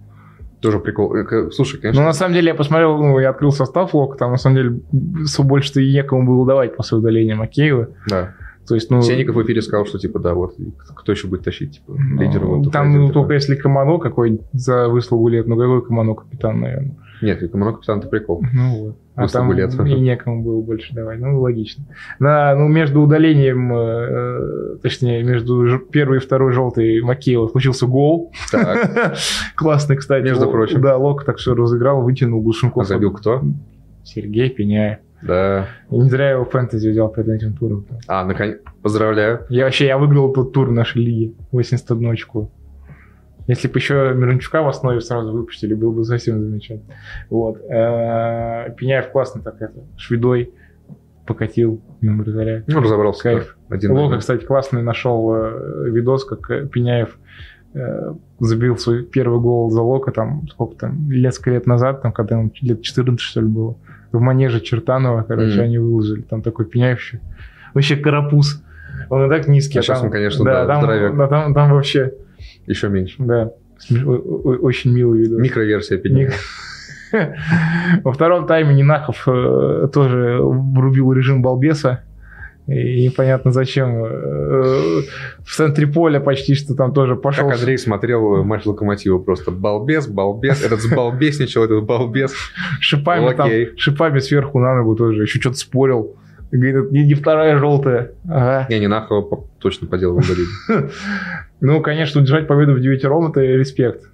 Speaker 2: Тоже прикол. Э, к- Слушай,
Speaker 1: Но
Speaker 2: конечно,
Speaker 1: на самом деле я посмотрел, ну, я открыл состав Лока, там на самом деле все больше-то и некому было давать после удаления Макеева.
Speaker 2: да.
Speaker 1: То есть, ну...
Speaker 2: Сенников в эфире сказал, что типа, да, вот, и кто еще будет тащить, типа,
Speaker 1: ну,
Speaker 2: лидера. вот,
Speaker 1: там
Speaker 2: один
Speaker 1: ну,
Speaker 2: такой.
Speaker 1: только если Камано какой-нибудь за выслугу лет, ну какой Камано капитан, наверное.
Speaker 2: Нет, это много капитан, это прикол.
Speaker 1: Ну вот. А
Speaker 2: Выслугу
Speaker 1: там
Speaker 2: лет.
Speaker 1: и некому было больше давать. Ну, логично. На, ну, между удалением, э, э, точнее, между ж- первой и второй желтой Макеева случился гол.
Speaker 2: Так,
Speaker 1: Классный, кстати.
Speaker 2: Между
Speaker 1: Л-
Speaker 2: прочим.
Speaker 1: Да, Лок так что разыграл, вытянул
Speaker 2: а
Speaker 1: Глушенков.
Speaker 2: забил кто?
Speaker 1: Сергей Пеняев.
Speaker 2: Да.
Speaker 1: Я не зря его фэнтези взял перед этим туром.
Speaker 2: А, наконец, поздравляю.
Speaker 1: Я вообще, я выиграл тот тур нашей лиги. 81 очко. Если бы еще Мирончука в основе сразу выпустили, было бы совсем замечательно. Вот. Э, Пеняев классно так это, шведой покатил мимо вратаря.
Speaker 2: Ну, разобрался.
Speaker 1: Кайф.
Speaker 2: да, Один на
Speaker 1: Лока,
Speaker 2: один.
Speaker 1: кстати, классный нашел э, видос, как э, Пеняев э, забил свой первый гол за Лока, там, сколько там, несколько лет назад, там, когда ему лет 14, что ли, было. В манеже Чертанова, короче,
Speaker 2: Мгм.
Speaker 1: они выложили. Там такой Пеняев еще. Вообще карапуз. Он и так низкий.
Speaker 2: А щас
Speaker 1: там-
Speaker 2: он, конечно, да,
Speaker 1: там,
Speaker 2: здоровяк.
Speaker 1: да, там, там вообще,
Speaker 2: Еще меньше.
Speaker 1: да, смеш- о- о- очень милый видос.
Speaker 2: Микроверсия педика.
Speaker 1: Ник- Во втором тайме Нинахов э, тоже врубил режим балбеса. И непонятно зачем. э, В центре поля почти что там тоже пошел.
Speaker 2: Как Андрей смотрел э, матч Локомотива просто. Балбес, балбес. Этот сбалбесничал, этот балбес.
Speaker 1: Шипами там,
Speaker 2: Окей.
Speaker 1: шипами сверху на ногу тоже. Еще что-то спорил. И Говорит, «Это не, не вторая желтая. Ага.
Speaker 2: Я не нахуй а по- точно по делу удалили.
Speaker 1: Ну, конечно, удержать победу в девятером – это респект.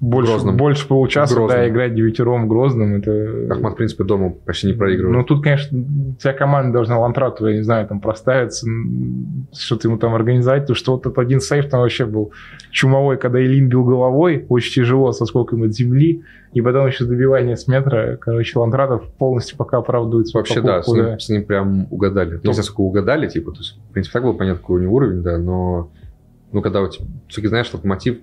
Speaker 1: Больше,
Speaker 2: Грозном.
Speaker 1: больше получаса,
Speaker 2: В Грозном.
Speaker 1: да, играть девятером в Грозном, это...
Speaker 2: Ахмат, в принципе, дома почти не проигрывал.
Speaker 1: Ну, тут, конечно, вся команда должна Лантрату, я не знаю, там проставиться, м, что-то ему там организовать, потому что вот этот один сейф там вообще был чумовой, когда Илин бил головой, очень тяжело, со скольком от земли, и потом еще добивание с метра, короче, Лантратов полностью пока оправдывает свою
Speaker 2: Вообще, да, с
Speaker 1: покупку,
Speaker 2: ним, с ним прям угадали. Не
Speaker 1: Ну.
Speaker 2: знаю, сколько угадали, типа, то есть, в принципе, так было понятно, какой у него уровень, да, но, ну, когда вот, все-таки знаешь, локомотив,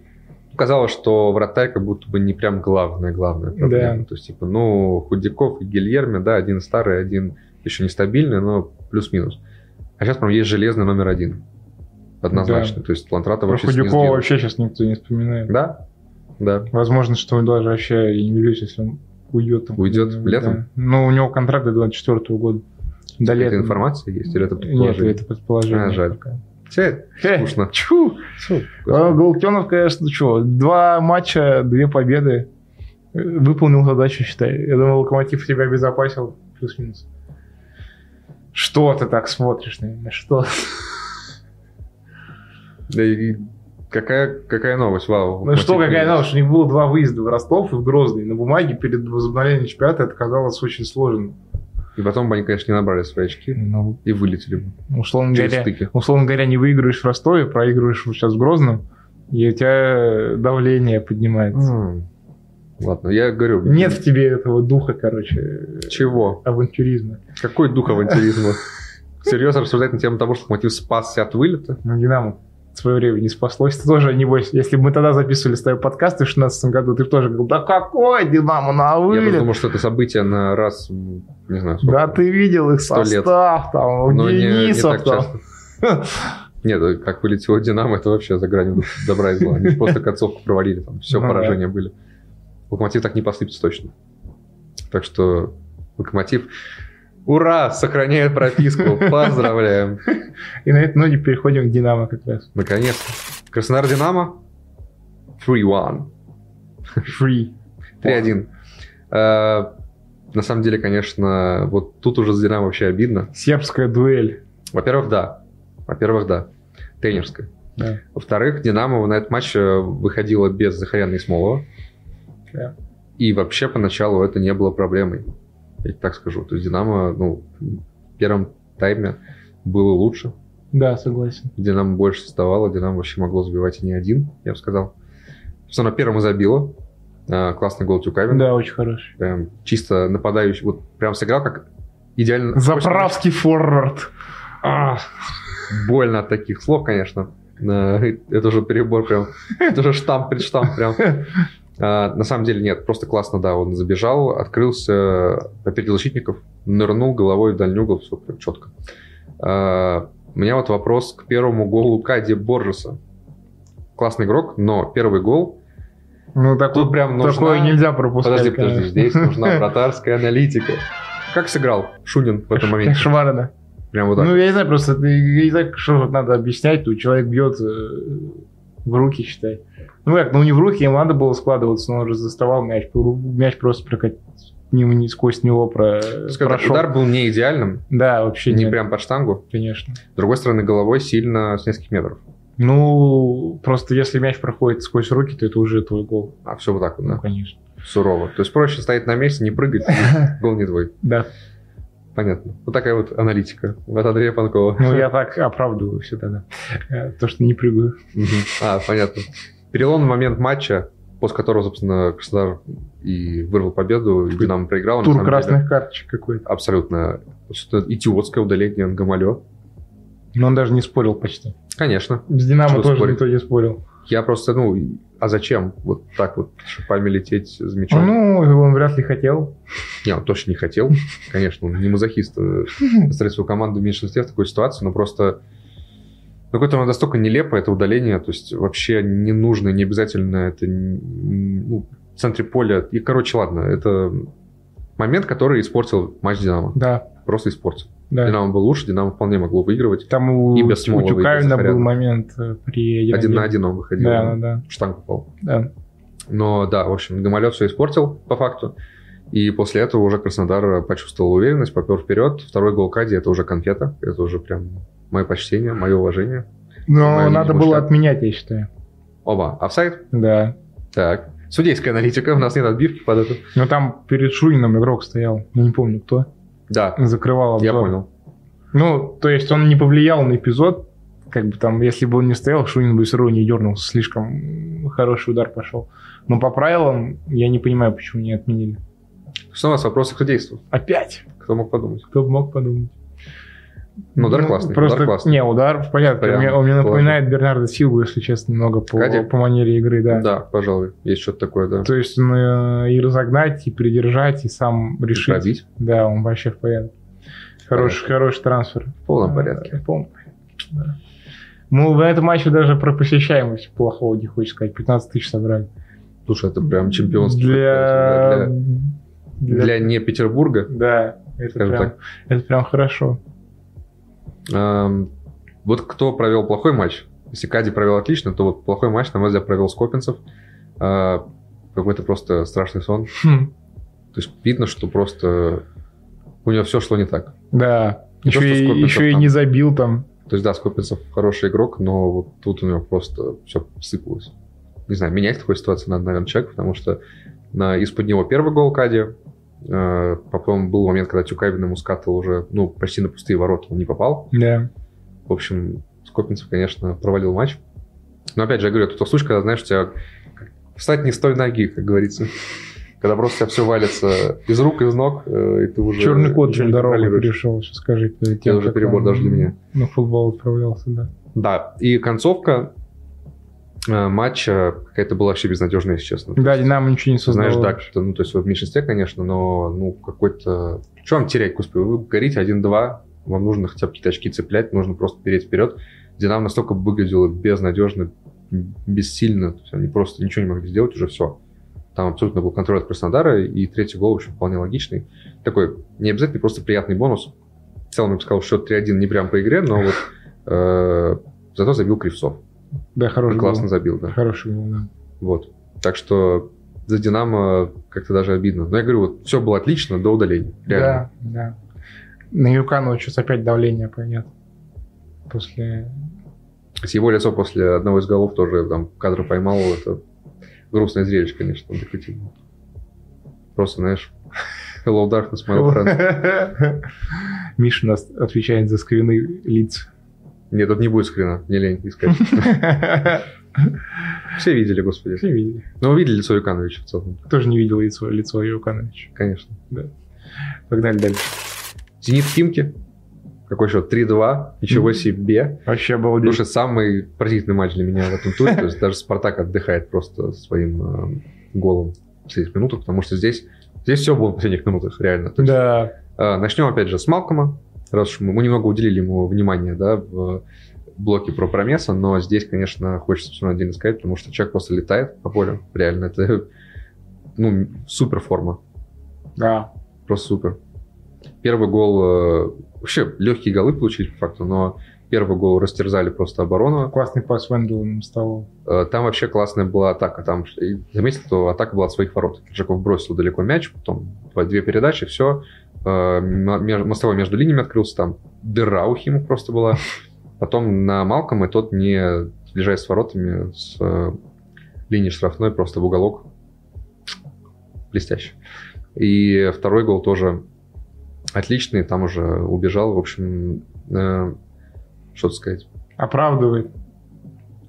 Speaker 2: ну, казалось, что вратарь как будто бы не прям главное, главное. проблема. То есть, типа, ну, Худяков и Гильерми, да, один старый, один еще нестабильный, но плюс-минус. А сейчас прям есть железный номер один. Однозначно. То есть Лантрата
Speaker 1: Про
Speaker 2: вообще не
Speaker 1: Худякова
Speaker 2: сделал.
Speaker 1: вообще сейчас никто не вспоминает.
Speaker 2: Да, да.
Speaker 1: Возможно, что он даже вообще, я не удивлюсь, если он уйдет. там
Speaker 2: Уйдет
Speaker 1: куда-нибудь,
Speaker 2: летом?
Speaker 1: да. Ну, у него контракт до 24 года. До
Speaker 2: Эта
Speaker 1: лета.
Speaker 2: информация есть или это
Speaker 1: Нет,
Speaker 2: предположение?
Speaker 1: это предположение.
Speaker 2: А, жаль.
Speaker 1: пока.
Speaker 2: Тебе
Speaker 1: Хе,
Speaker 2: скучно.
Speaker 1: Чу! А, Галактионов, конечно, что, два матча, две победы. Э, Выполнил задачу, считай. Я думал, Локомотив тебя обезопасил. Плюс-минус. Что ты так смотришь на меня? Что?
Speaker 2: Да и какая, какая новость, вау.
Speaker 1: Ну что,
Speaker 2: Локомотив
Speaker 1: какая
Speaker 2: не-
Speaker 1: новость? У них было два выезда в Ростов и в Грозный. На бумаге перед возобновлением чемпионата это казалось очень сложным.
Speaker 2: И потом бы они, конечно, не набрали свои очки
Speaker 1: Ну,
Speaker 2: и вылетели бы
Speaker 1: условно
Speaker 2: через
Speaker 1: говоря,
Speaker 2: стыки.
Speaker 1: условно говоря, не выигрываешь в Ростове, проигрываешь вот сейчас в Грозном, и у тебя давление поднимается.
Speaker 2: М. Ладно, я говорю...
Speaker 1: Нет в тебе этого духа, короче,
Speaker 2: Чего?
Speaker 1: авантюризма.
Speaker 2: Какой дух авантюризма? Серьезно рассуждать на тему того, что Локомотив спасся от вылета?
Speaker 1: Ну, Динамо в свое время не спаслось. Ты тоже, небось, если бы мы тогда записывали с тобой подкасты в 2016 году, ты бы тоже говорил, да какой Динамо на
Speaker 2: Я просто
Speaker 1: вылет?
Speaker 2: думал, что это событие на раз, м, не знаю, сколько.
Speaker 1: Да ты видел их
Speaker 2: Сто лет.
Speaker 1: состав, там,
Speaker 2: Но Ну, не- не,
Speaker 1: Денисов
Speaker 2: так
Speaker 1: там.
Speaker 2: часто. Нет, э, как вылетело Динамо, это вообще за гранью души- добра и зла. Они же просто концовку провалили, там все
Speaker 1: Ну да.
Speaker 2: поражения были. Локомотив так не посыпется точно. Так что Локомотив... Ура! Сохраняет прописку. Поздравляем.
Speaker 1: И на этой ноге переходим к Динамо как раз.
Speaker 2: Наконец-то. Краснодар Динамо. 3-1.
Speaker 1: Free.
Speaker 2: 3-1. Э, На самом деле, конечно, вот тут уже с Динамо вообще обидно.
Speaker 1: Сербская дуэль.
Speaker 2: Во-первых, да. Во-первых, да. Тренерская.
Speaker 1: Да.
Speaker 2: Во-вторых, Динамо на этот матч э, выходило без Захаряна и Смолова.
Speaker 1: Да.
Speaker 2: И вообще поначалу это не было проблемой. я тебе так скажу. То есть Динамо, ну, в первом тайме было лучше.
Speaker 1: Да, согласен.
Speaker 2: Динамо больше создавало, Динамо вообще могло забивать и не один, я бы сказал. Собственно, первым и забило. А, Классный гол Тюкавина.
Speaker 1: Да, очень хороший.
Speaker 2: Прям чисто нападающий. Вот прям сыграл как идеально.
Speaker 1: Заправский форвард. А,
Speaker 2: Ах, больно от таких слов, конечно. Э, Это уже перебор прям. Это уже штамп пред штамп прям. А, На самом деле нет, просто классно, да, он забежал, открылся, опередил защитников, нырнул головой в дальний угол, все прям четко. А, У меня вот вопрос к первому голу Кади Боржеса. Классный игрок, но первый гол...
Speaker 1: Ну, такой,
Speaker 2: Тут прям нужна...
Speaker 1: такое нельзя пропускать.
Speaker 2: Подожди, подожди, здесь нужна вратарская аналитика. Как сыграл Шунин в этом моменте?
Speaker 1: Шварда.
Speaker 2: Прям вот так.
Speaker 1: Ну, я не знаю, просто ты, я не знаю, что тут надо объяснять, то человек бьет э, в руки, считай. Ну как, ну не в руки, ему надо было складываться, но он же заставал мяч, Ру- мяч просто прокатил, мимо, не сквозь него про,
Speaker 2: Скажем так,
Speaker 1: прошел.
Speaker 2: Удар был не идеальным,
Speaker 1: Да, вообще
Speaker 2: не
Speaker 1: нет,
Speaker 2: прям под штангу.
Speaker 1: конечно.
Speaker 2: С другой стороны, головой сильно с нескольких метров.
Speaker 1: Ну, просто если мяч проходит сквозь руки, то это уже твой гол.
Speaker 2: А все вот так вот,
Speaker 1: Ну,
Speaker 2: да,
Speaker 1: конечно.
Speaker 2: сурово. То есть проще стоять на месте, не прыгать, и гол не твой.
Speaker 1: Да,
Speaker 2: Понятно. Вот такая вот аналитика от Андрея Панкова.
Speaker 1: ну я так оправдываю всегда, да. Э, То, что не прыгаю.
Speaker 2: Мгм. А, понятно. Переломный момент матча, после которого, собственно, Краснодар и вырвал победу, и Динамо проиграл. на
Speaker 1: Тур
Speaker 2: самом деле.
Speaker 1: красных карточек какой-то.
Speaker 2: Абсолютно. Что-то Идиотское удаление от Гамалё.
Speaker 1: Но он даже не спорил почти.
Speaker 2: Конечно.
Speaker 1: С Динамо
Speaker 2: Чего
Speaker 1: тоже
Speaker 2: спорить?
Speaker 1: никто не спорил.
Speaker 2: Я просто, ну, и- а зачем вот так вот шипами лететь с мячом?
Speaker 1: Ну, он вряд ли хотел.
Speaker 2: Не, он точно не хотел. Конечно, он не мазохист. э, Поставить свою команду в меньшинстве в такой ситуации, но просто... ну, Какое-то оно настолько нелепо, это удаление, то есть вообще не нужно, не обязательно, это н- ну, в центре поля. И, короче, ладно, это момент, который испортил матч Динамо.
Speaker 1: Да,
Speaker 2: Просто испортил.
Speaker 1: да.
Speaker 2: Динамо был лучше, Динамо вполне могло выигрывать.
Speaker 1: Там у,
Speaker 2: И
Speaker 1: у
Speaker 2: без Смолова, и без
Speaker 1: Тюкавина был
Speaker 2: Захаряна.
Speaker 1: момент э, при
Speaker 2: Один на один он выходил,
Speaker 1: Да, ну да,
Speaker 2: в штангу попал.
Speaker 1: да.
Speaker 2: Но да, в общем, Гамалев все испортил по факту. И после этого уже Краснодар э, почувствовал уверенность, попер вперед. Второй гол Кади это уже конфета. Это уже прям мое почтение, мое уважение.
Speaker 1: Но
Speaker 2: Понимаю,
Speaker 1: надо
Speaker 2: не
Speaker 1: было
Speaker 2: мышлят.
Speaker 1: отменять, я считаю.
Speaker 2: Оба, офсайд?
Speaker 1: Да.
Speaker 2: Так. Судейская аналитика, у нас нет отбивки под эту.
Speaker 1: Но там перед Шуином игрок стоял, я не помню кто,
Speaker 2: Да,
Speaker 1: закрывал
Speaker 2: я
Speaker 1: обзор.
Speaker 2: понял.
Speaker 1: Ну, то есть он не повлиял на эпизод, как бы там, если бы он не стоял, Шунин бы все равно не дернулся, слишком хороший удар пошел. Но по правилам я не понимаю, почему не отменили.
Speaker 2: Что у нас вопросы к судейству?
Speaker 1: Опять!
Speaker 2: Кто мог подумать?
Speaker 1: Кто бы мог подумать.
Speaker 2: Ну, удар классный,
Speaker 1: Просто,
Speaker 2: удар классный.
Speaker 1: Не, удар, понятно.
Speaker 2: Прям
Speaker 1: он, мне, он мне
Speaker 2: классный.
Speaker 1: напоминает Бернарда Силву, если честно, немного по,
Speaker 2: Кади?
Speaker 1: по манере игры, да.
Speaker 2: пожалуй, есть что-то такое, да.
Speaker 1: То есть он э, и разогнать, и придержать, и сам решить.
Speaker 2: Пробить
Speaker 1: Да, он вообще в порядке. Хороший, хороший трансфер.
Speaker 2: в полном порядке.
Speaker 1: Э, в полном порядке, да. Ну, в этом матче даже про посещаемость плохого не хочешь сказать. 15 тысяч собрали.
Speaker 2: Слушай, это прям чемпионский.
Speaker 1: Для...
Speaker 2: футбол, Для, для не Петербурга.
Speaker 1: Да, это
Speaker 2: Скажем
Speaker 1: прям,
Speaker 2: так.
Speaker 1: это прям хорошо.
Speaker 2: Эм, Вот кто провел плохой матч? Если Кади провел отлично, то вот плохой матч, на мой взгляд, провел Скопинцев. Э, Какой-то просто страшный сон.
Speaker 1: Хм,
Speaker 2: То есть видно, что просто у него все шло не так.
Speaker 1: Да.
Speaker 2: Не
Speaker 1: Еще,
Speaker 2: то, что
Speaker 1: и,
Speaker 2: Скопинцев
Speaker 1: еще и
Speaker 2: там.
Speaker 1: не забил там.
Speaker 2: То есть, да, Скопинцев хороший игрок, но вот тут у него просто все сыпалось. Не знаю, менять в такой ситуации надо, наверное, человек, потому что на, из-под него первый гол Кади. Э, Потом был момент, когда Тюкавин ему скатывал уже, ну, почти на пустые ворота, он не попал.
Speaker 1: Да.
Speaker 2: В общем, Скопинцев, конечно, провалил матч. Но опять же, я говорю, это тот случай, когда, знаешь, у тебя встать не с той ноги, как говорится. Когда просто у тебя все валится из рук, из ног, э, и ты уже...
Speaker 1: Черный кот
Speaker 2: ничего
Speaker 1: через
Speaker 2: не
Speaker 1: дорогу
Speaker 2: контролируешь.
Speaker 1: перешел, сейчас скажи. перед тем,
Speaker 2: уже
Speaker 1: как
Speaker 2: перебор
Speaker 1: он
Speaker 2: даже для меня.
Speaker 1: На футбол отправлялся, да.
Speaker 2: Да, и концовка э, матча какая-то была вообще безнадежная, если честно.
Speaker 1: Да, Динамо ничего не создало.
Speaker 2: Знаешь, да, что, ну, то есть вы в меньшинстве, конечно, но, ну, какой-то... Что вам терять, господи? Вы горите 1-2, вам нужно хотя бы какие-то очки цеплять, нужно просто переть вперед. Динамо настолько выглядело безнадежно, м, бессильно, то есть они просто ничего не могли сделать, уже все. Там абсолютно был контроль от Краснодара, и третий гол, в общем, вполне логичный. Такой не обязательно, просто приятный бонус. В целом, я бы сказал, счет 3-1 не прям по игре, но вот э, зато забил Кривцов.
Speaker 1: Да, хороший
Speaker 2: Классно
Speaker 1: гол.
Speaker 2: забил, да.
Speaker 1: Хороший гол, да.
Speaker 2: Вот. Так что за Динамо как-то даже обидно. Но я говорю, вот все было отлично до удаления. Реально.
Speaker 1: Да, да. На Юканова сейчас опять давление пойдет. После...
Speaker 2: То есть Его лицо после одного из голов тоже там кадр поймал. Это грустное зрелище, конечно, он такой, типа, Просто, знаешь, Hello darkness, my old friend.
Speaker 1: Миша у нас отвечает за скрины лиц.
Speaker 2: Нет, тут не будет скрина, не лень искать. Все видели, господи.
Speaker 1: Все видели.
Speaker 2: Ну, вы видели лицо Юкановича в целом,
Speaker 1: Тоже не видел лицо, лицо Юкановича.
Speaker 2: конечно.
Speaker 1: Погнали дальше.
Speaker 2: Зенит Химки. Какой счет? 3-2. Ничего
Speaker 1: Мгм.
Speaker 2: себе.
Speaker 1: Вообще обалдеть.
Speaker 2: Слушай, самый поразительный матч для меня в этом туре. То есть даже Спартак отдыхает просто своим э, голом в последних минутах, потому что здесь, здесь все было в последних минутах, реально. То есть,
Speaker 1: Да.
Speaker 2: э, начнем опять же с Малкома. Раз уж мы, мы немного уделили ему внимание, да, в блоке про Промеса, но здесь, конечно, хочется все отдельно сказать, потому что человек просто летает по полю. Реально, это ну, супер форма.
Speaker 1: Да.
Speaker 2: Просто супер. Первый гол... э, Вообще, легкие голы получились, по факту, но первый гол растерзали просто оборону.
Speaker 1: Классный пас Венделом стал.
Speaker 2: Э, Там вообще классная была атака. Там и заметил, что атака была от своих ворот. Жаков бросил далеко мяч, потом два- две передачи, все. Мостовой между линиями открылся, там дыра у Химок просто была. Потом на Малком, и тот, не лежая с воротами, с э, линии штрафной просто в уголок. Блестяще. И второй гол тоже отличный, там уже убежал. В общем, э, что тут сказать,
Speaker 1: Оправдывает.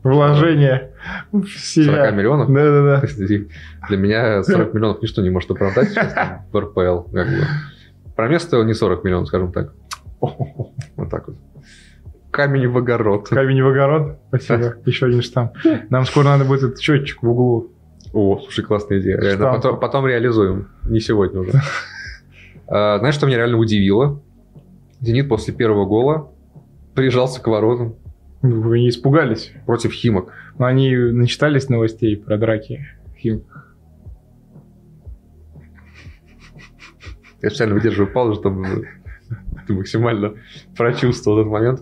Speaker 1: Вложение в
Speaker 2: 40
Speaker 1: себя.
Speaker 2: миллионов.
Speaker 1: Да-да-да.
Speaker 2: И Для меня 40 миллионов ничто не может оправдать сейчас там, в РПЛ. Как бы. Про место стоил не 40 миллионов, скажем так. Вот так вот. Камень в огород.
Speaker 1: Камень в огород. Спасибо. Еще один штамп. Нам скоро надо будет этот счетчик в углу.
Speaker 2: О, слушай, классная идея. Реально,
Speaker 1: Штамп.
Speaker 2: потом, потом реализуем. Не сегодня уже. А, Знаешь, что меня реально удивило? Зенит после первого гола прижался к воротам
Speaker 1: Вы не испугались.
Speaker 2: против Химок.
Speaker 1: Но они начитались новостей про драки. Хим.
Speaker 2: Я специально выдерживаю паузу, чтобы ты максимально прочувствовал этот момент.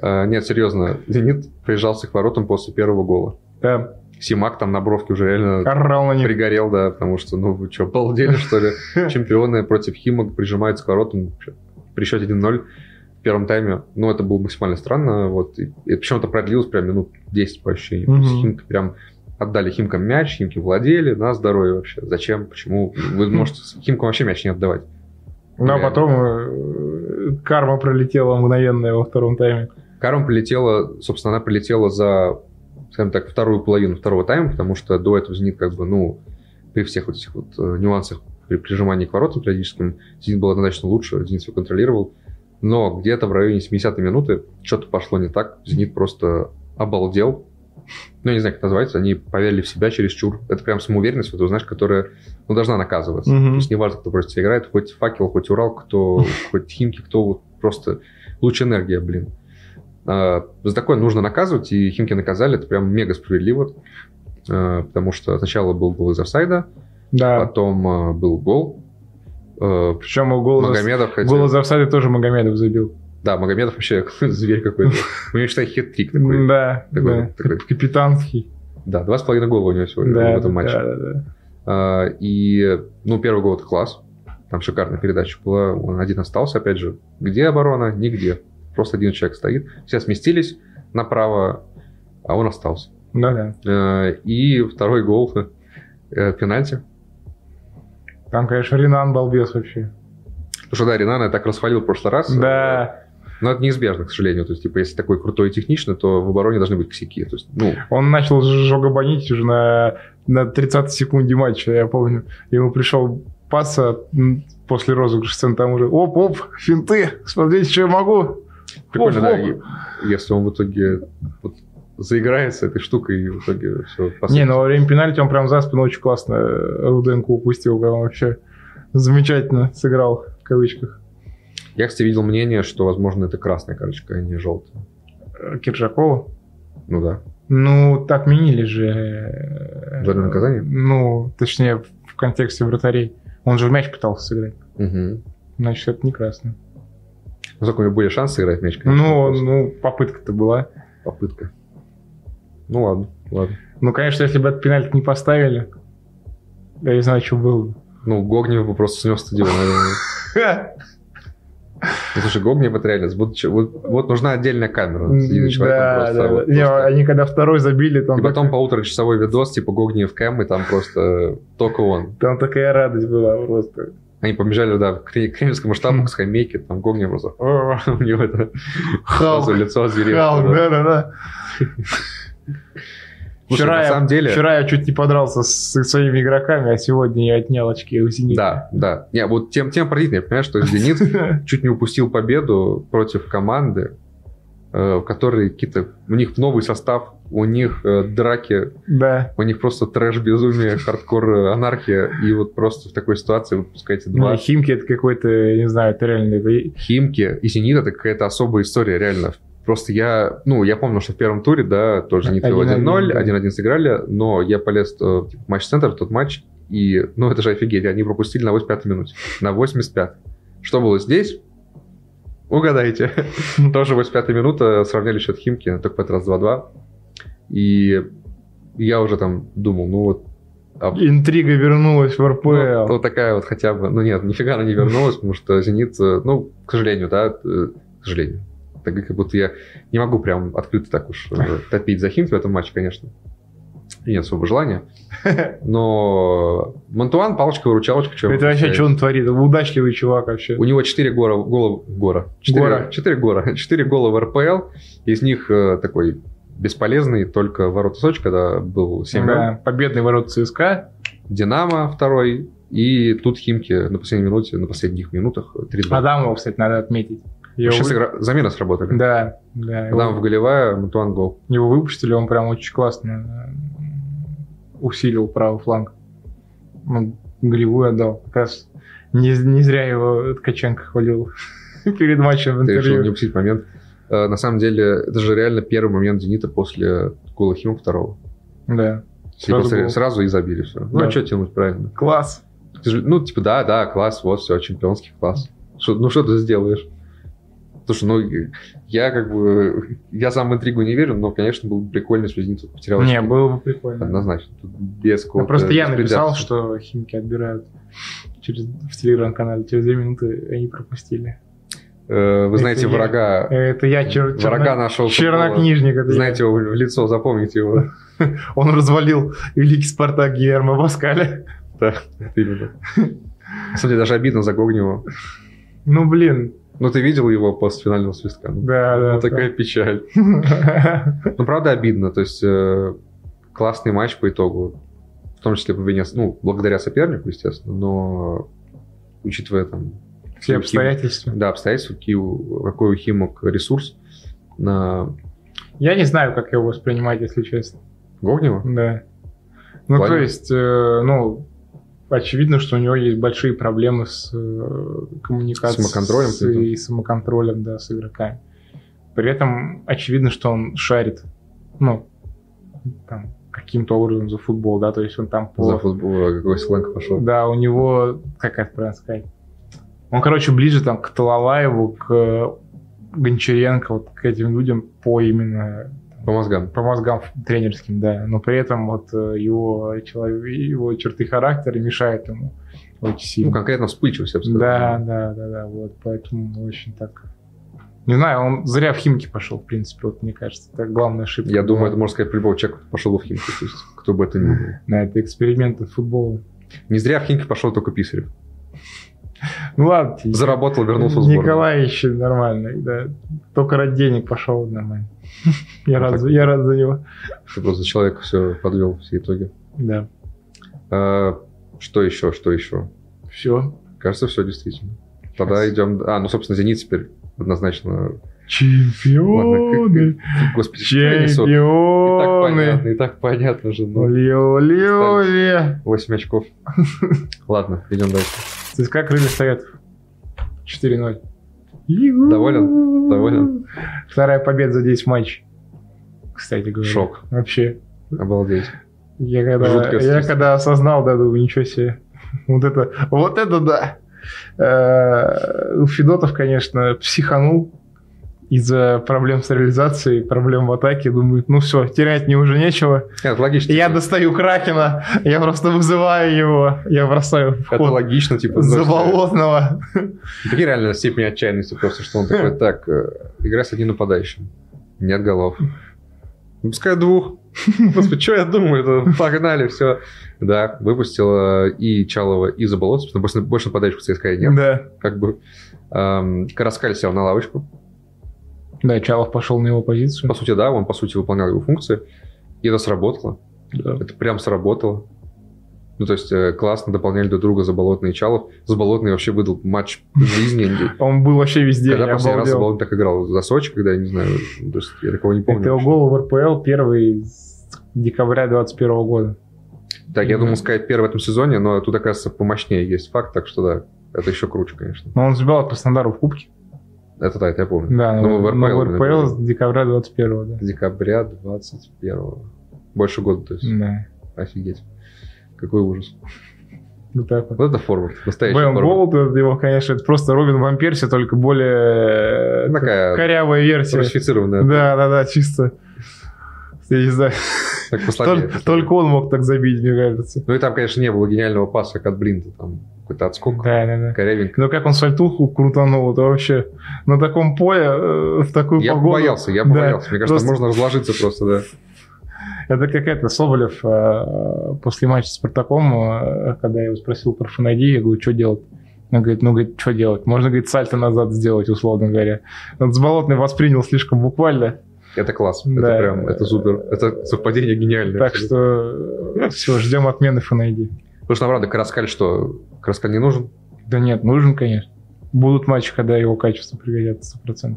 Speaker 2: А, Нет, серьезно, Зенит прижался к воротам после первого гола.
Speaker 1: Да,
Speaker 2: Симак там на бровке уже реально
Speaker 1: орал на них.
Speaker 2: пригорел, да, потому что, ну, вы что, обалдели, что ли? Чемпионы против Химок прижимаются к воротам при счете 1-0 в первом тайме. Ну, это было максимально странно, вот. И, и причем это продлилось прям минут 10 по ощущениям. То есть
Speaker 1: Мгм.
Speaker 2: Химки прям отдали Химкам мяч, Химки владели, на здоровье вообще. Зачем, почему? Вы можете с- Химкам вообще мяч не отдавать.
Speaker 1: Ну, а потом э, карма пролетела мгновенная во втором тайме.
Speaker 2: Карма прилетела, собственно, она прилетела за, скажем так, вторую половину второго тайма, потому что до этого «Зенит» как бы, ну, при всех вот этих вот э, нюансах при прижимании к воротам периодическим, «Зенит» был однозначно лучше, «Зенит» все контролировал, но где-то в районе 70-й минуты что-то пошло не так, «Зенит» просто обалдел, ну, я не знаю, как это называется, они поверили в себя чересчур. Это прям самоуверенность, вот, знаешь, которая ну, должна наказываться.
Speaker 1: Мгм.
Speaker 2: То есть Ну, неважно, кто против тебя играет, хоть факел, хоть Урал, кто, хоть Химки, кто вот просто луч энергия, блин. А, За такое нужно наказывать, и Химки наказали, это прям мега справедливо. А, Потому что сначала был гол из офсайда,
Speaker 1: Да.
Speaker 2: потом а, был гол. А,
Speaker 1: Причем гол за,
Speaker 2: Магомедов хотел...
Speaker 1: гол из офсайда тоже Магомедов забил.
Speaker 2: Да, Магомедов вообще зверь какой-то. У него, считай, хит-трик такой.
Speaker 1: да,
Speaker 2: такой-
Speaker 1: да.
Speaker 2: такой.
Speaker 1: Капитанский.
Speaker 2: Да, два с половиной гола у него сегодня
Speaker 1: да,
Speaker 2: в этом матче.
Speaker 1: Да, да, да.
Speaker 2: А, И, ну, первый гол это класс. Там шикарная передача была. Он один остался, опять же. Где оборона? Нигде. Просто один человек стоит. Все сместились направо, а он остался.
Speaker 1: Да, Ну да.
Speaker 2: Э, И второй гол э, пенальти.
Speaker 1: Там, конечно, Ринан балбес вообще.
Speaker 2: Потому что, да, Ринана я так расхвалил в прошлый раз.
Speaker 1: Да.
Speaker 2: Но это неизбежно, к сожалению. То есть, типа, если такой крутой и техничный, то в обороне должны быть косяки. То есть, ну,
Speaker 1: Он начал жогобанить уже на, на 30 секунде матча, я помню. Ему пришел пас от- м, после розыгрыша сцен, там уже оп-оп, финты, смотрите, что я могу.
Speaker 2: прикольно, да,
Speaker 1: Оп-оп.
Speaker 2: и- если он в итоге вот заиграется этой штукой и в итоге все
Speaker 1: Не, ну во время пенальти он прям за спину очень классно э, Руденко упустил, прям вообще замечательно сыграл, в кавычках.
Speaker 2: Я, кстати, видел мнение, что, возможно, это красная карточка, а не желтая.
Speaker 1: Э, Киржакова.
Speaker 2: Ну да.
Speaker 1: Ну, так менили же. э,
Speaker 2: Дуэльное наказание?
Speaker 1: Ну, точнее, в в контексте вратарей. Он же в мяч пытался сыграть.
Speaker 2: Угу.
Speaker 1: Значит, это не красно.
Speaker 2: Насколько Ну, у него были шансы играть в мяч, конечно,
Speaker 1: Ну,
Speaker 2: просто
Speaker 1: ну, попытка-то была.
Speaker 2: попытка. Ну ладно, ладно.
Speaker 1: Ну, конечно, если бы этот пенальти не поставили, я не знаю, что было бы.
Speaker 2: Ну, Гогнев бы просто снес стадион, наверное. Ну, слушай, Гогнев это реально... Вот, чё- вот, вот нужна отдельная камера. с единым человеком
Speaker 1: Да, да,
Speaker 2: просто,
Speaker 1: да.
Speaker 2: вот
Speaker 1: Не, а
Speaker 2: просто.
Speaker 1: Они когда второй забили, там
Speaker 2: И потом
Speaker 1: такая-
Speaker 2: полуторачасовой видос, типа Гогнев Кэм, и там просто только он.
Speaker 1: там такая радость была просто.
Speaker 2: Они побежали, да, к кре- кремлевскому штабу, к скамейке, там Гогни просто... «О», У него это сразу
Speaker 1: Халк,
Speaker 2: лицо озверело.
Speaker 1: Халк,
Speaker 2: да.
Speaker 1: да-да-да.
Speaker 2: Слушай,
Speaker 1: Вчера,
Speaker 2: на
Speaker 1: я,
Speaker 2: самом деле...
Speaker 1: вчера я чуть не подрался с своими игроками, а сегодня я отнял очки у «Зенита».
Speaker 2: Да, да. Не, вот тем, тем поразительнее, понимаешь, что «Зенит» чуть не упустил победу против команды, э, которые какие-то... У них новый состав, у них э, драки,
Speaker 1: Да.
Speaker 2: у них просто трэш, безумие, хардкор, э, анархия. И вот просто в такой ситуации вы пускаете
Speaker 1: Ну,
Speaker 2: два
Speaker 1: и Химки это какой-то, я не знаю, это реально... это-
Speaker 2: Химки и «Зенит» — это какая-то особая история, реально. Просто я, ну, я помню, что в первом туре, да, тоже «Зенит» вел
Speaker 1: 1-1,
Speaker 2: 1-0,
Speaker 1: да.
Speaker 2: 1-1 сыграли, но я полез э, в матч-центр, в тот матч, и, ну, это же офигеть, они пропустили на 85-й минуте, на 85 Что было здесь? Угадайте. Тоже 85-я минута, сравняли счет Химки, но только в этот раз 2-2. И я уже там думал, ну вот, а
Speaker 1: Интрига вернулась в РПЛ.
Speaker 2: ну, вот такая вот хотя бы. Ну нет, нифига она не вернулась, потому что «Зенит», э, ну, к сожалению, да, э, к сожалению. Так как будто я не могу прям открыто так уж э, топить за «Химки» в этом матче, конечно. И нет особого желания. Но Монтуан, палочка-выручалочка. чё
Speaker 1: это
Speaker 2: вы
Speaker 1: вообще,
Speaker 2: представляете?
Speaker 1: что он творит? Удачливый чувак вообще.
Speaker 2: У него 4 гора, гола, гора, 4,
Speaker 1: Гора.
Speaker 2: гора, 4 гола в РПЛ. Из них э, такой бесполезный только ворота Сочи, когда был 7
Speaker 1: Да, Победный ворот ЦСКА.
Speaker 2: Динамо второй. И тут Химки на последней минуте, на последних минутах 3-2.
Speaker 1: Адамова, кстати, надо отметить. Его
Speaker 2: Вообще
Speaker 1: вы-
Speaker 2: сыгра- замена сработали.
Speaker 1: Да, да. его-
Speaker 2: Там в голевая, Матуан гол.
Speaker 1: Его выпустили, он прям очень классно э, усилил правый фланг. Он голевую отдал. Как раз не, не зря его Ткаченко хвалил перед матчем в
Speaker 2: Ты решил не
Speaker 1: интервью.
Speaker 2: упустить момент. Э, На самом деле, это же реально первый момент Зенита после гола Химок второго.
Speaker 1: Да.
Speaker 2: И
Speaker 1: Сразу
Speaker 2: после-
Speaker 1: гол.
Speaker 2: Сразу и забили все. Ну,
Speaker 1: Да.
Speaker 2: а что тянуть правильно?
Speaker 1: Класс.
Speaker 2: К сожалению, Ну, типа, да, да, класс, вот, все, чемпионский класс. Шо- ну, что ты сделаешь? Слушай, ну, э, я как бы... Я сам в интригу не верю, но, конечно, было бы прикольно, если Зенит потерял
Speaker 1: Не,
Speaker 2: очки.
Speaker 1: было бы прикольно.
Speaker 2: Однозначно. Тут без
Speaker 1: Ну,
Speaker 2: какого-то
Speaker 1: просто я
Speaker 2: беспредельства.
Speaker 1: написал, что химики отбирают через, в телеграм-канале. Через две минуты они пропустили.
Speaker 2: Э, Вы
Speaker 1: Это
Speaker 2: знаете
Speaker 1: я.
Speaker 2: врага...
Speaker 1: Это я чер-
Speaker 2: Врага
Speaker 1: черно-
Speaker 2: нашел.
Speaker 1: чернокнижник. это я.
Speaker 2: Знаете его в лицо, запомните его.
Speaker 1: Он развалил великий Спартак Герма Паскаля.
Speaker 2: Вот Именно. На самом деле даже обидно за Гогнева.
Speaker 1: Ну, блин.
Speaker 2: Ну, ты видел его после финального свистка? Ну,
Speaker 1: Да, да.
Speaker 2: вот такая печаль.
Speaker 1: да.
Speaker 2: Ну, правда, обидно. То есть, э, классный матч по итогу. В том числе по вине, ну, благодаря сопернику, естественно, но учитывая там,
Speaker 1: Все
Speaker 2: Хим-
Speaker 1: обстоятельства.
Speaker 2: да, обстоятельства, какие у- какой у Химок ресурс на
Speaker 1: Я не знаю, как его воспринимать, если честно.
Speaker 2: Гогнева.
Speaker 1: Да. Ну,
Speaker 2: Понял.
Speaker 1: то есть, э, ну, очевидно, что у него есть большие проблемы с э, коммуникацией.
Speaker 2: Самоконтролем,
Speaker 1: с-
Speaker 2: ты
Speaker 1: и самоконтролем, да, с игроками. При этом очевидно, что он шарит, ну, там, каким-то образом за футбол, да, то есть он там по...
Speaker 2: За футбол какой сленг пошел.
Speaker 1: Да, у него, как это правильно сказать, он, короче, ближе там к Талалаеву, к э, Гончаренко, вот к этим людям по именно
Speaker 2: По мозгам.
Speaker 1: по мозгам ф- тренерским, да, но при этом вот э, его, человек, его черты характера мешают ему очень
Speaker 2: Ну,
Speaker 1: сильно.
Speaker 2: конкретно вспыльчивость, я бы сказал.
Speaker 1: да, да, да, да, вот, поэтому очень так... Не знаю, он зря в Химки пошел, в принципе, вот мне кажется, это главная ошибка.
Speaker 2: Я думаю, это
Speaker 1: была
Speaker 2: можно сказать, любого человека, кто пошел в Химки, то есть, кто бы это ни был.
Speaker 1: на это эксперименты футбола.
Speaker 2: Не зря в Химки пошел только Писарев.
Speaker 1: Ну ладно, тебе.
Speaker 2: Заработал, вернулся в сборную.
Speaker 1: Николай еще нормальный, да. Только ради денег пошел нормально. Я
Speaker 2: Ну,
Speaker 1: рад,
Speaker 2: так.
Speaker 1: за- я рад за него.
Speaker 2: Ты просто человек все подвел, все итоги.
Speaker 1: Да.
Speaker 2: А, что еще, что еще?
Speaker 1: Все.
Speaker 2: Кажется, все действительно. Тогда
Speaker 1: Сейчас.
Speaker 2: идем... А, ну, собственно, «Зенит» теперь однозначно... Ладно,
Speaker 1: Чемпионы!
Speaker 2: Господи, что я несу? И так понятно,
Speaker 1: Чемпионы!
Speaker 2: и так понятно же. Ну,
Speaker 1: Оле, оле, оле!
Speaker 2: 8 очков. Ладно, идем дальше.
Speaker 1: ЦСКА крылья советов. 4-0. Ю-ху!
Speaker 2: Доволен? Доволен?
Speaker 1: Вторая победа за 10 матчей. Кстати говоря.
Speaker 2: Шок.
Speaker 1: Вообще.
Speaker 2: Обалдеть.
Speaker 1: Я когда,
Speaker 2: Жуткое
Speaker 1: я
Speaker 2: чувство.
Speaker 1: когда осознал, да, думаю, ничего себе. Вот это, вот это да. Э, Федотов, конечно, психанул из-за проблем с реализацией, проблем в атаке. Думает, ну все, терять мне уже нечего.
Speaker 2: Это логично.
Speaker 1: Я
Speaker 2: Это
Speaker 1: достаю Кракена, я просто вызываю его, я бросаю в ход
Speaker 2: логично, типа... ну,
Speaker 1: Заболотного.
Speaker 2: Такие реально степени Хм. отчаянности просто, что он такой, так, э, игра с одним нападающим. Нет голов. Ну, Пускай двух. Господи, что я думаю? Это Погнали, все. Да, выпустила и Чалова, и Заболотцев. но больше, больше нападающих у ЦСКА нет.
Speaker 1: Да.
Speaker 2: Как бы эм, Караскаль сел на лавочку.
Speaker 1: Да, Чалов пошел на его
Speaker 2: По
Speaker 1: позицию.
Speaker 2: сути, да, он, по сути, выполнял его функции. И это сработало.
Speaker 1: Да.
Speaker 2: Это прям сработало. Ну, то есть, э, классно дополняли друг друга Заболотный и Чалов. Заболотный вообще выдал матч жизни.
Speaker 1: Он был вообще везде,
Speaker 2: Когда
Speaker 1: я
Speaker 2: последний раз
Speaker 1: обалдел.
Speaker 2: Заболотный так играл? За Сочи, когда, я не знаю, то есть, я такого не помню.
Speaker 1: Это его
Speaker 2: вообще.
Speaker 1: гол в РПЛ первый с декабря 21 года.
Speaker 2: Так, я
Speaker 1: Мгм.
Speaker 2: думал сказать первый в этом сезоне, но тут, оказывается, помощнее есть факт, так что да, это еще круче, конечно.
Speaker 1: Но он забивал по Краснодару в кубке.
Speaker 2: Это да, это я помню.
Speaker 1: Да, но
Speaker 2: Ну, в
Speaker 1: но
Speaker 2: RPL
Speaker 1: в РПЛ с декабря 21 да.
Speaker 2: С декабря 21 Больше года, то есть.
Speaker 1: Да.
Speaker 2: Офигеть. Какой ужас.
Speaker 1: Вот так вот.
Speaker 2: Вот это форвард, настоящий
Speaker 1: Бен
Speaker 2: форвард.
Speaker 1: Голд, это его, конечно, это просто Робин Ван Перси, только более э,
Speaker 2: Ну, Такая
Speaker 1: корявая версия.
Speaker 2: русифицированная.
Speaker 1: Да, да, да, чисто. Я не знаю.
Speaker 2: Так послабее.
Speaker 1: Только, только он мог так забить, мне кажется.
Speaker 2: Ну и там, конечно, не было гениального паса, как от Блинта. Там какой-то отскок
Speaker 1: Да, да, да.
Speaker 2: корявенько.
Speaker 1: Но Ну, как он сальтуху крутанул, это вообще на таком поле, э, в такую
Speaker 2: Я
Speaker 1: погоду.
Speaker 2: побоялся, я
Speaker 1: Да,
Speaker 2: побоялся. Мне кажется,
Speaker 1: просто-
Speaker 2: можно разложиться просто, да.
Speaker 1: Это как это, Соболев э, после матча с Спартаком, э, когда я его спросил про Фанади, я говорю, что делать? Он говорит, ну, говорит, что делать? Можно, говорит, сальто назад сделать, условно говоря. Он с Болотной воспринял слишком буквально,
Speaker 2: Это класс.
Speaker 1: Да.
Speaker 2: Это прям, это супер. Это совпадение гениальное.
Speaker 1: так что все, ждем отмены Фанади.
Speaker 2: Потому что, нам правда, Караскаль что? Караскаль не нужен?
Speaker 1: Да нет, нужен, конечно. Будут матчи, когда его качество пригодятся 100%.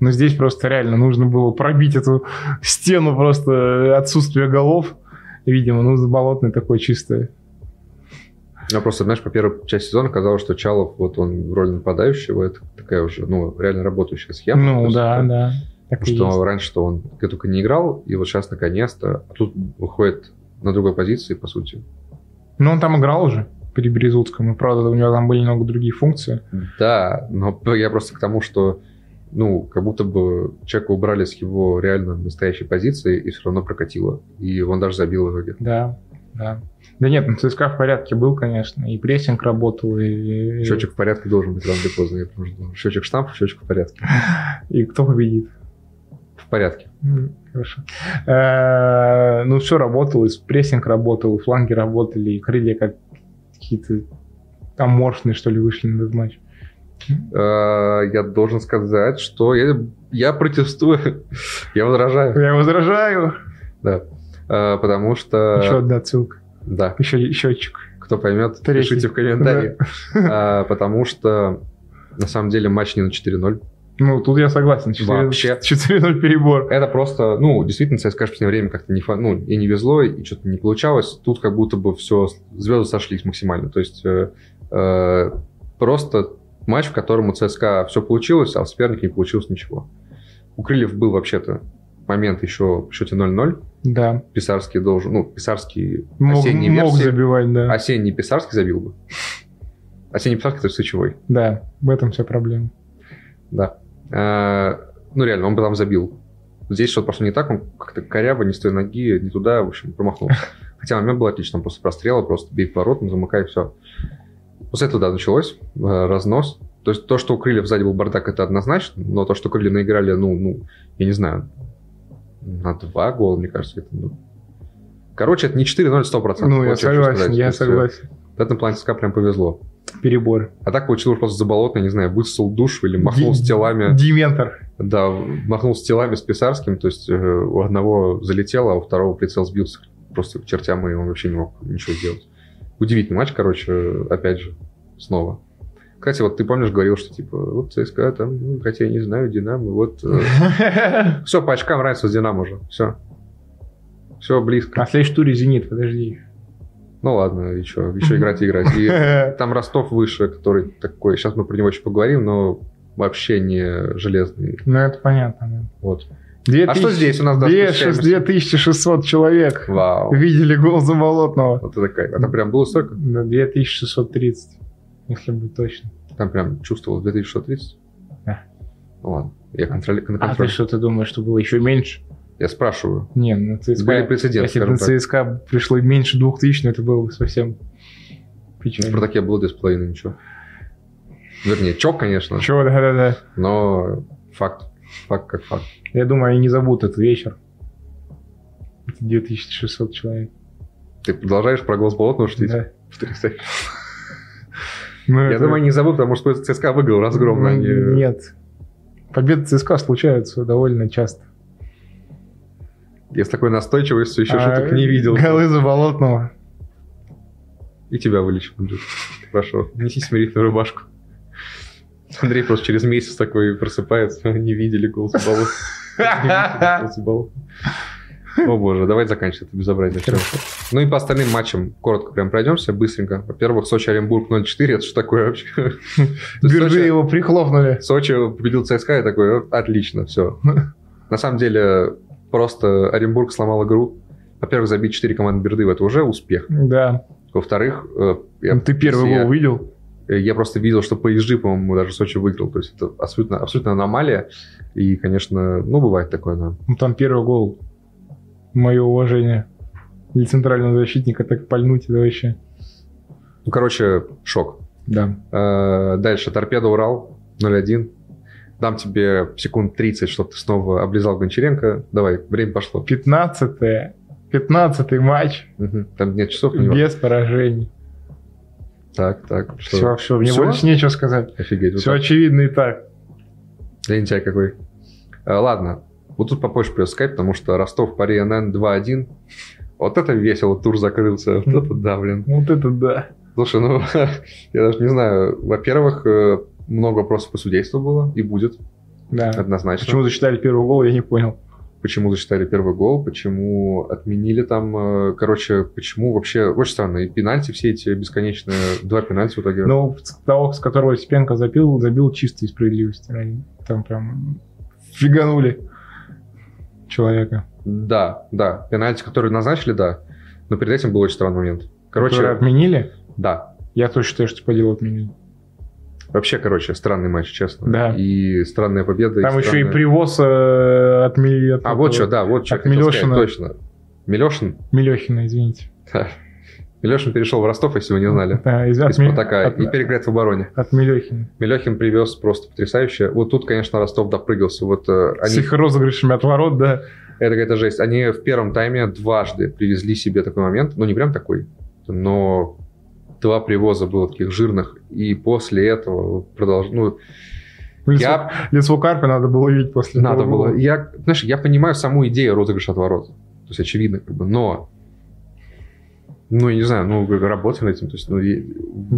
Speaker 1: Но здесь просто реально нужно было пробить эту стену просто отсутствия голов. Видимо, ну, заболотный такой чистый.
Speaker 2: Я просто, знаешь, по первой части сезона казалось, что Чалов, вот он в роли нападающего, это такая уже, ну, реально работающая схема. То
Speaker 1: ну,
Speaker 2: есть
Speaker 1: да,
Speaker 2: это-
Speaker 1: да. Так и
Speaker 2: Что
Speaker 1: есть.
Speaker 2: раньше-то он где только не играл, и вот сейчас наконец-то, а тут выходит на другой позиции, по сути.
Speaker 1: Ну, он там играл уже при Березутском, и правда, у него там были много другие функции.
Speaker 2: Да, но я просто к тому, что, ну, как будто бы человека убрали с его реально настоящей позиции, и все равно прокатило. И он даже забил в итоге.
Speaker 1: Да, да. Да нет, на ЦСКА в порядке был, конечно, и прессинг работал, и,
Speaker 2: Счетчик в порядке должен быть рано или поздно. Я потому что думаю, счетчик штамп, счетчик в порядке.
Speaker 1: и кто победит.
Speaker 2: В порядке.
Speaker 1: М, Хорошо. Э, Ну, все работало, и прессинг работал, и фланги работали, и крылья как какие-то аморфные, что ли, вышли на этот матч.
Speaker 2: Э, Я должен сказать, что я, я протестую, я возражаю,
Speaker 1: Я возражаю.
Speaker 2: да. Э, Потому
Speaker 1: Еще
Speaker 2: что...
Speaker 1: одна отсылка.
Speaker 2: Да,
Speaker 1: Еще счетчик.
Speaker 2: кто поймет,
Speaker 1: Третий.
Speaker 2: пишите в комментариях. А, Потому что на самом деле матч не на 4-0.
Speaker 1: Ну, тут я согласен. 4
Speaker 2: Вообще.
Speaker 1: 4-0 перебор.
Speaker 2: Это просто, ну, действительно, ЦСКА в последнее время как-то не, фа- ну, и не везло, и что-то не получалось. Тут как будто бы все, звезды сошлись максимально. То есть э, э, просто матч, в котором у ЦСКА все получилось, а у соперника не получилось ничего. У Крыльев был вообще-то момент еще в счете 0-0.
Speaker 1: Да.
Speaker 2: Писарский должен, ну, Писарский
Speaker 1: Мог,
Speaker 2: осенней
Speaker 1: мог
Speaker 2: версии. А
Speaker 1: забивать, да.
Speaker 2: Осенний Писарский забил бы. Осенний Писарский, то есть Сычевой.
Speaker 1: Да, в этом вся проблема.
Speaker 2: Да. Э, Ну, реально, он бы там забил. Здесь что-то пошло не так, он как-то коряво, не с той ноги, не туда, в общем, промахнулся. Хотя момент был отличный, он после прострела, просто бей поворот, ну, замыкай, все. После этого, да, началось, э, разнос. То есть то, что у Крыльев сзади был бардак, это однозначно, но то, что Крылья наиграли, ну, ну, я не знаю, на два гола, мне кажется, это, ну... Короче, это не 4-0, 100%.
Speaker 1: Ну, я
Speaker 2: Вот что хочу
Speaker 1: согласен,
Speaker 2: сказать. То
Speaker 1: я
Speaker 2: есть, э,
Speaker 1: согласен.
Speaker 2: В этом плане ЦСКА прям повезло.
Speaker 1: Перебор.
Speaker 2: А так получилось просто заболотно, не знаю, высосал душу или махнул
Speaker 1: Ди-
Speaker 2: с телами.
Speaker 1: Дементор.
Speaker 2: Да, махнул с телами с Писарским, то есть э, у одного залетело, а у второго прицел сбился просто к чертям, и он вообще не мог ничего сделать. Удивительный матч, короче, э, опять же, снова. Кстати, вот ты помнишь, говорил, что типа, вот ЦСКА там, ну, хотя я не знаю, Динамо, вот...
Speaker 1: А
Speaker 2: Все, по очкам равенство с Динамо уже, все. Все близко.
Speaker 1: А в следующем туре «Зенит», подожди.
Speaker 2: Ну ладно, еще, еще играть и играть. И там Ростов выше, который такой, сейчас мы про него еще поговорим, но вообще не железный.
Speaker 1: Ну, это понятно, да.
Speaker 2: Вот.
Speaker 1: Две
Speaker 2: А что
Speaker 1: тысячи-
Speaker 2: здесь у нас? да,
Speaker 1: две
Speaker 2: встречаемся?
Speaker 1: шест- 2600 человек
Speaker 2: Вау.
Speaker 1: видели гол Заболотного.
Speaker 2: Вот это кайф. Это прям было столько?
Speaker 1: Да, 2630, если быть точным.
Speaker 2: Там прям чувствовалось 2630?
Speaker 1: Да.
Speaker 2: Ну ладно. Я контроли... на
Speaker 1: А ты
Speaker 2: контроле.
Speaker 1: что, ты думаешь, что было еще меньше?
Speaker 2: Я спрашиваю.
Speaker 1: Не, ну, на ЦСКА...
Speaker 2: Были прецеденты,
Speaker 1: если бы
Speaker 2: скажем
Speaker 1: на
Speaker 2: так.
Speaker 1: ЦСКА пришло меньше 2000, ну это было бы совсем
Speaker 2: В
Speaker 1: печально.
Speaker 2: Спартаке было 2,5 ничего. Вернее, чок, конечно,
Speaker 1: Чего, да-да-да.
Speaker 2: но факт. Факт как факт.
Speaker 1: Я думаю, они не забудут этот вечер. Это 2600 человек.
Speaker 2: Ты продолжаешь про Голсболотного шутить?
Speaker 1: Да.
Speaker 2: Что ты, кстати?
Speaker 1: Ну,
Speaker 2: Я
Speaker 1: это-
Speaker 2: думаю, они не забыл, потому что ЦСКА выиграл разгром. а
Speaker 1: Ну,
Speaker 2: они-
Speaker 1: Нет. Победы ЦСКА случаются довольно часто.
Speaker 2: Я с такой настойчивостью еще
Speaker 1: А
Speaker 2: шуток не видел.
Speaker 1: Голы Заболотного.
Speaker 2: И тебя вылечим, Андрюш. Хорошо, неси смирительную рубашку. Андрей просто через месяц такой просыпается, не видели голос Балу. Голос Балу. О боже, давайте заканчивать это безобразие. Всё. Ну и по остальным матчам коротко прям пройдемся, быстренько. Во-первых, Сочи-Оренбург 0-4, это что такое вообще? То есть
Speaker 1: Биржи
Speaker 2: Сочи-
Speaker 1: его прихлопнули.
Speaker 2: Сочи победил ЦСКА, и такой, «О, отлично, все. На самом деле, просто Оренбург сломал игру. Во-первых, забить 4 команды Бердыева, это уже успех.
Speaker 1: Да.
Speaker 2: Во-вторых, э, я-
Speaker 1: Ну, Ты первый
Speaker 2: я-
Speaker 1: его увидел.
Speaker 2: Э, Я просто видел, что PSG, по-моему, даже Сочи выиграл. То есть это абсолютно, абсолютно аномалия. И, конечно, ну, бывает такое, да.
Speaker 1: Ну, Там первый гол. Мое уважение. Для центрального защитника так пальнуть это вообще.
Speaker 2: Ну, короче, шок.
Speaker 1: Да.
Speaker 2: Э, Дальше. Торпеда Урал 0-1. Дам тебе секунд 30, чтобы ты снова облизал Гончаренко. Давай, время пошло.
Speaker 1: 15 15 матч
Speaker 2: Мгм. Там нет часов у него.
Speaker 1: без поражений.
Speaker 2: Так, так. что?
Speaker 1: Все, все, мне
Speaker 2: Всё? Ну
Speaker 1: больше нечего сказать.
Speaker 2: Офигеть. вот
Speaker 1: Все очевидно и так.
Speaker 2: так. Лентяй какой. Э, Ладно. Вот тут попозже придется сказать, потому что Ростов, Пари, НН 2-1. Вот это весело, тур закрылся. Вот это да, блин.
Speaker 1: Вот это да.
Speaker 2: Слушай, ну, я даже не знаю. Во-первых, э, много вопросов по судейству было и будет,
Speaker 1: Да.
Speaker 2: однозначно.
Speaker 1: А Почему засчитали первый гол, я не понял.
Speaker 2: Почему засчитали первый гол, почему отменили там, э, короче, почему вообще, очень странно, и пенальти все эти бесконечные, два пенальти в итоге.
Speaker 1: Но Ну, с того, с которого Степенко забил, забил чистой справедливости. ради. Там прям фиганули человека.
Speaker 2: Да, да, пенальти, которые назначили, да, но перед этим был очень странный момент. Короче,
Speaker 1: Который отменили.
Speaker 2: да,
Speaker 1: Я тоже считаю, что по делу отменили.
Speaker 2: вообще, короче, странный матч, честно.
Speaker 1: Да.
Speaker 2: И странная победа.
Speaker 1: Там еще и
Speaker 2: странная-
Speaker 1: привоз э, отмели от
Speaker 2: А вот что,
Speaker 1: этого
Speaker 2: да, вот что я
Speaker 1: от
Speaker 2: хотел сказать,
Speaker 1: Милёшина.
Speaker 2: точно. Милешин?
Speaker 1: Милехина, извините.
Speaker 2: Милешин перешел в Ростов, если вы не знали.
Speaker 1: Да, из, от
Speaker 2: из
Speaker 1: Ми-
Speaker 2: Спартака
Speaker 1: от-
Speaker 2: и переиграет в обороне.
Speaker 1: от Милехина.
Speaker 2: Мелехин привез просто потрясающе. Вот тут, конечно, Ростов допрыгался. Вот э,
Speaker 1: С
Speaker 2: они,
Speaker 1: их розыгрышами от ворот, да.
Speaker 2: это какая-то жесть. Они в первом тайме дважды привезли себе такой момент. Ну, не прям такой, но два привоза было таких жирных. И после этого продолж... Ну,
Speaker 1: Лицо,
Speaker 2: я...
Speaker 1: лицо Карпа надо было видеть после
Speaker 2: Надо
Speaker 1: этого
Speaker 2: было...
Speaker 1: гола.
Speaker 2: Я, знаешь, я понимаю саму идею розыгрыша от ворот. То есть, очевидно, как бы, но... Ну, я не знаю, ну, как бы работали над этим. То есть, ну, и-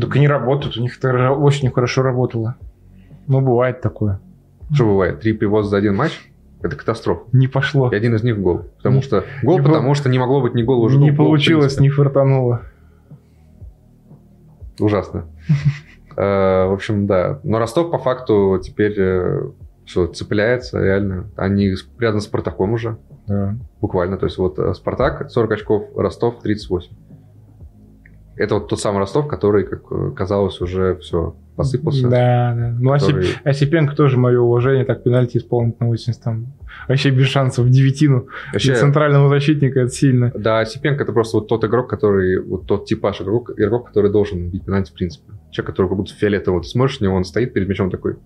Speaker 1: Так не работают, у них это ра- очень хорошо работало. Ну, бывает такое.
Speaker 2: что бывает? Три привоза за один матч? Это катастрофа.
Speaker 1: Не пошло.
Speaker 2: И один из них гол. Потому что гол,
Speaker 1: не
Speaker 2: потому что не могло быть ни гола уже.
Speaker 1: не
Speaker 2: ну, гол, в
Speaker 1: получилось,
Speaker 2: принципе.
Speaker 1: не фартануло.
Speaker 2: Ужасно. Э, В общем, да. Но Ростов по факту теперь э, что, цепляется реально. Они с- рядом с Спартаком уже.
Speaker 1: Да.
Speaker 2: Буквально. То есть вот э, Спартак 40 очков, Ростов 38. Это вот тот самый Ростов, который, как э, казалось, уже все посыпался.
Speaker 1: Да, да. Ну,
Speaker 2: который-
Speaker 1: Осип- Осипенко тоже мое уважение, так пенальти исполнить на 80 там. Вообще без шансов, девятину.
Speaker 2: Вообще,
Speaker 1: Для центрального защитника это сильно.
Speaker 2: Да, Осипенко это просто вот тот игрок, который, вот тот типаж игрок, игрок, который должен бить пенальти в принципе. Человек, который как будто фиолетовый, ты смотришь на него, он стоит перед мячом такой.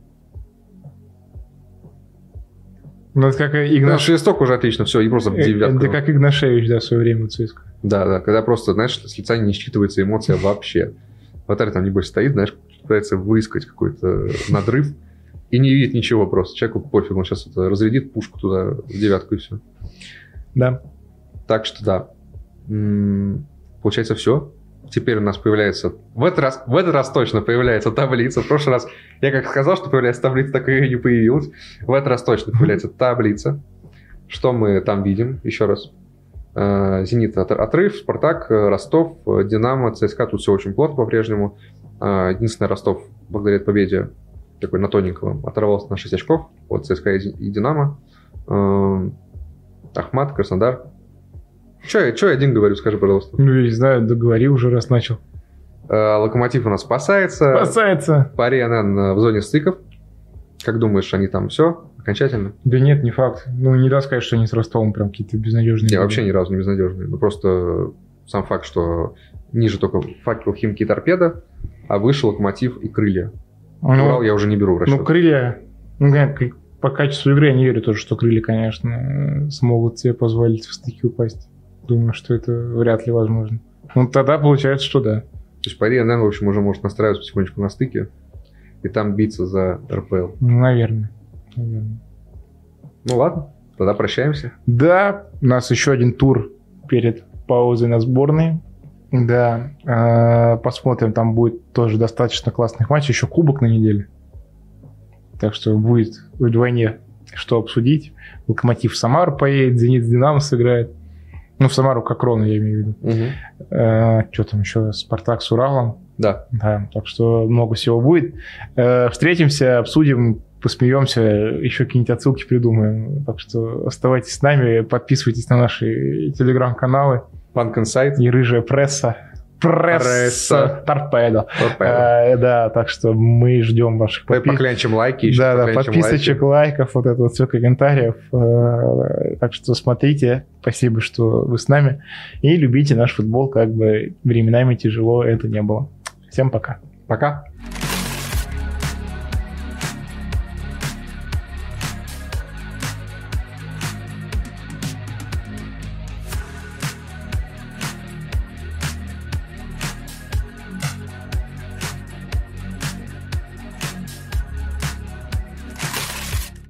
Speaker 1: Ну, это как и
Speaker 2: Игнат
Speaker 1: Игнаш...
Speaker 2: Шесток уже отлично, все, и просто в
Speaker 1: э,
Speaker 2: Ну, девятку.
Speaker 1: Да как Игнашевич, да, в свое время у ЦСКА.
Speaker 2: Да, да, когда просто, знаешь, с лица не считывается эмоция вообще. Вратарь там, небось, стоит, знаешь, пытается выискать какой-то надрыв и не видит ничего просто. Человеку пофиг, он сейчас это разрядит пушку туда, в девятку и все.
Speaker 1: Да.
Speaker 2: Так что да. М, Получается все. Теперь у нас появляется... В этот, раз, в этот раз точно появляется таблица. В прошлый раз я как сказал, что появляется таблица, так ее и не появилась. В этот раз точно появляется таблица. Что мы там видим? Еще раз. Э, Зенит от- отрыв, Спартак, э, Ростов, э, Динамо, ЦСКА. Тут все очень плотно по-прежнему. Э, Единственное, Ростов благодаря этой победе такой на тоненького оторвался на 6 очков от ЦСКА и Зи- и Динамо. Э, Ахмат, Краснодар, Че, я один говорю, скажи, пожалуйста.
Speaker 1: Ну, я не знаю, договори уже, раз начал.
Speaker 2: Э, Локомотив у нас спасается.
Speaker 1: Спасается.
Speaker 2: Пари НН в зоне стыков. Как думаешь, они там все окончательно?
Speaker 1: Да нет, не факт. Ну, не да сказать, что они с Ростовом прям какие-то безнадежные.
Speaker 2: Я вообще ни разу не безнадежный. Ну, просто сам факт, что ниже только факел Химки и Торпеда, а выше Локомотив и Крылья. Урал
Speaker 1: Ну,
Speaker 2: я уже не беру в расчет.
Speaker 1: ну, крылья... Ну, как- как по качеству игры я не верю тоже, что крылья, конечно, э, смогут себе позволить в стыке упасть. думаю, что это вряд ли возможно. Ну, тогда получается, что да.
Speaker 2: То есть пари НН, в общем, уже может настраиваться потихонечку на стыке и там биться за РПЛ.
Speaker 1: Ну, наверное. наверное.
Speaker 2: Ну ладно, тогда прощаемся.
Speaker 1: Да, у нас еще один тур перед паузой на сборные. Да, э, посмотрим, там будет тоже достаточно классных матчей. Еще кубок на неделе. Так что будет вдвойне что обсудить. Локомотив в Самару поедет, Зенит с Динамо сыграет. Ну, в Самару как Рона, я имею в виду. что там еще? Спартак с Уралом.
Speaker 2: Да.
Speaker 1: Да, так что много всего будет. Э, Встретимся, обсудим, посмеемся, еще какие-нибудь отсылки придумаем. Так что оставайтесь с нами, подписывайтесь на наши телеграм-каналы
Speaker 2: Панк Инсайт.
Speaker 1: и рыжая пресса. Пресса,
Speaker 2: Пресса.
Speaker 1: торпеда.
Speaker 2: Вот поэтому.
Speaker 1: Э, да, так что мы ждем ваших
Speaker 2: Давай
Speaker 1: подписок.
Speaker 2: поклянчим лайки. еще
Speaker 1: Да, да,
Speaker 2: поклянчим
Speaker 1: подписочек,
Speaker 2: лайки.
Speaker 1: лайков, вот это вот все, комментариев. Э, Так что смотрите, спасибо, что вы с нами. И любите наш футбол, как бы временами тяжело это не было. Всем пока.
Speaker 2: Пока.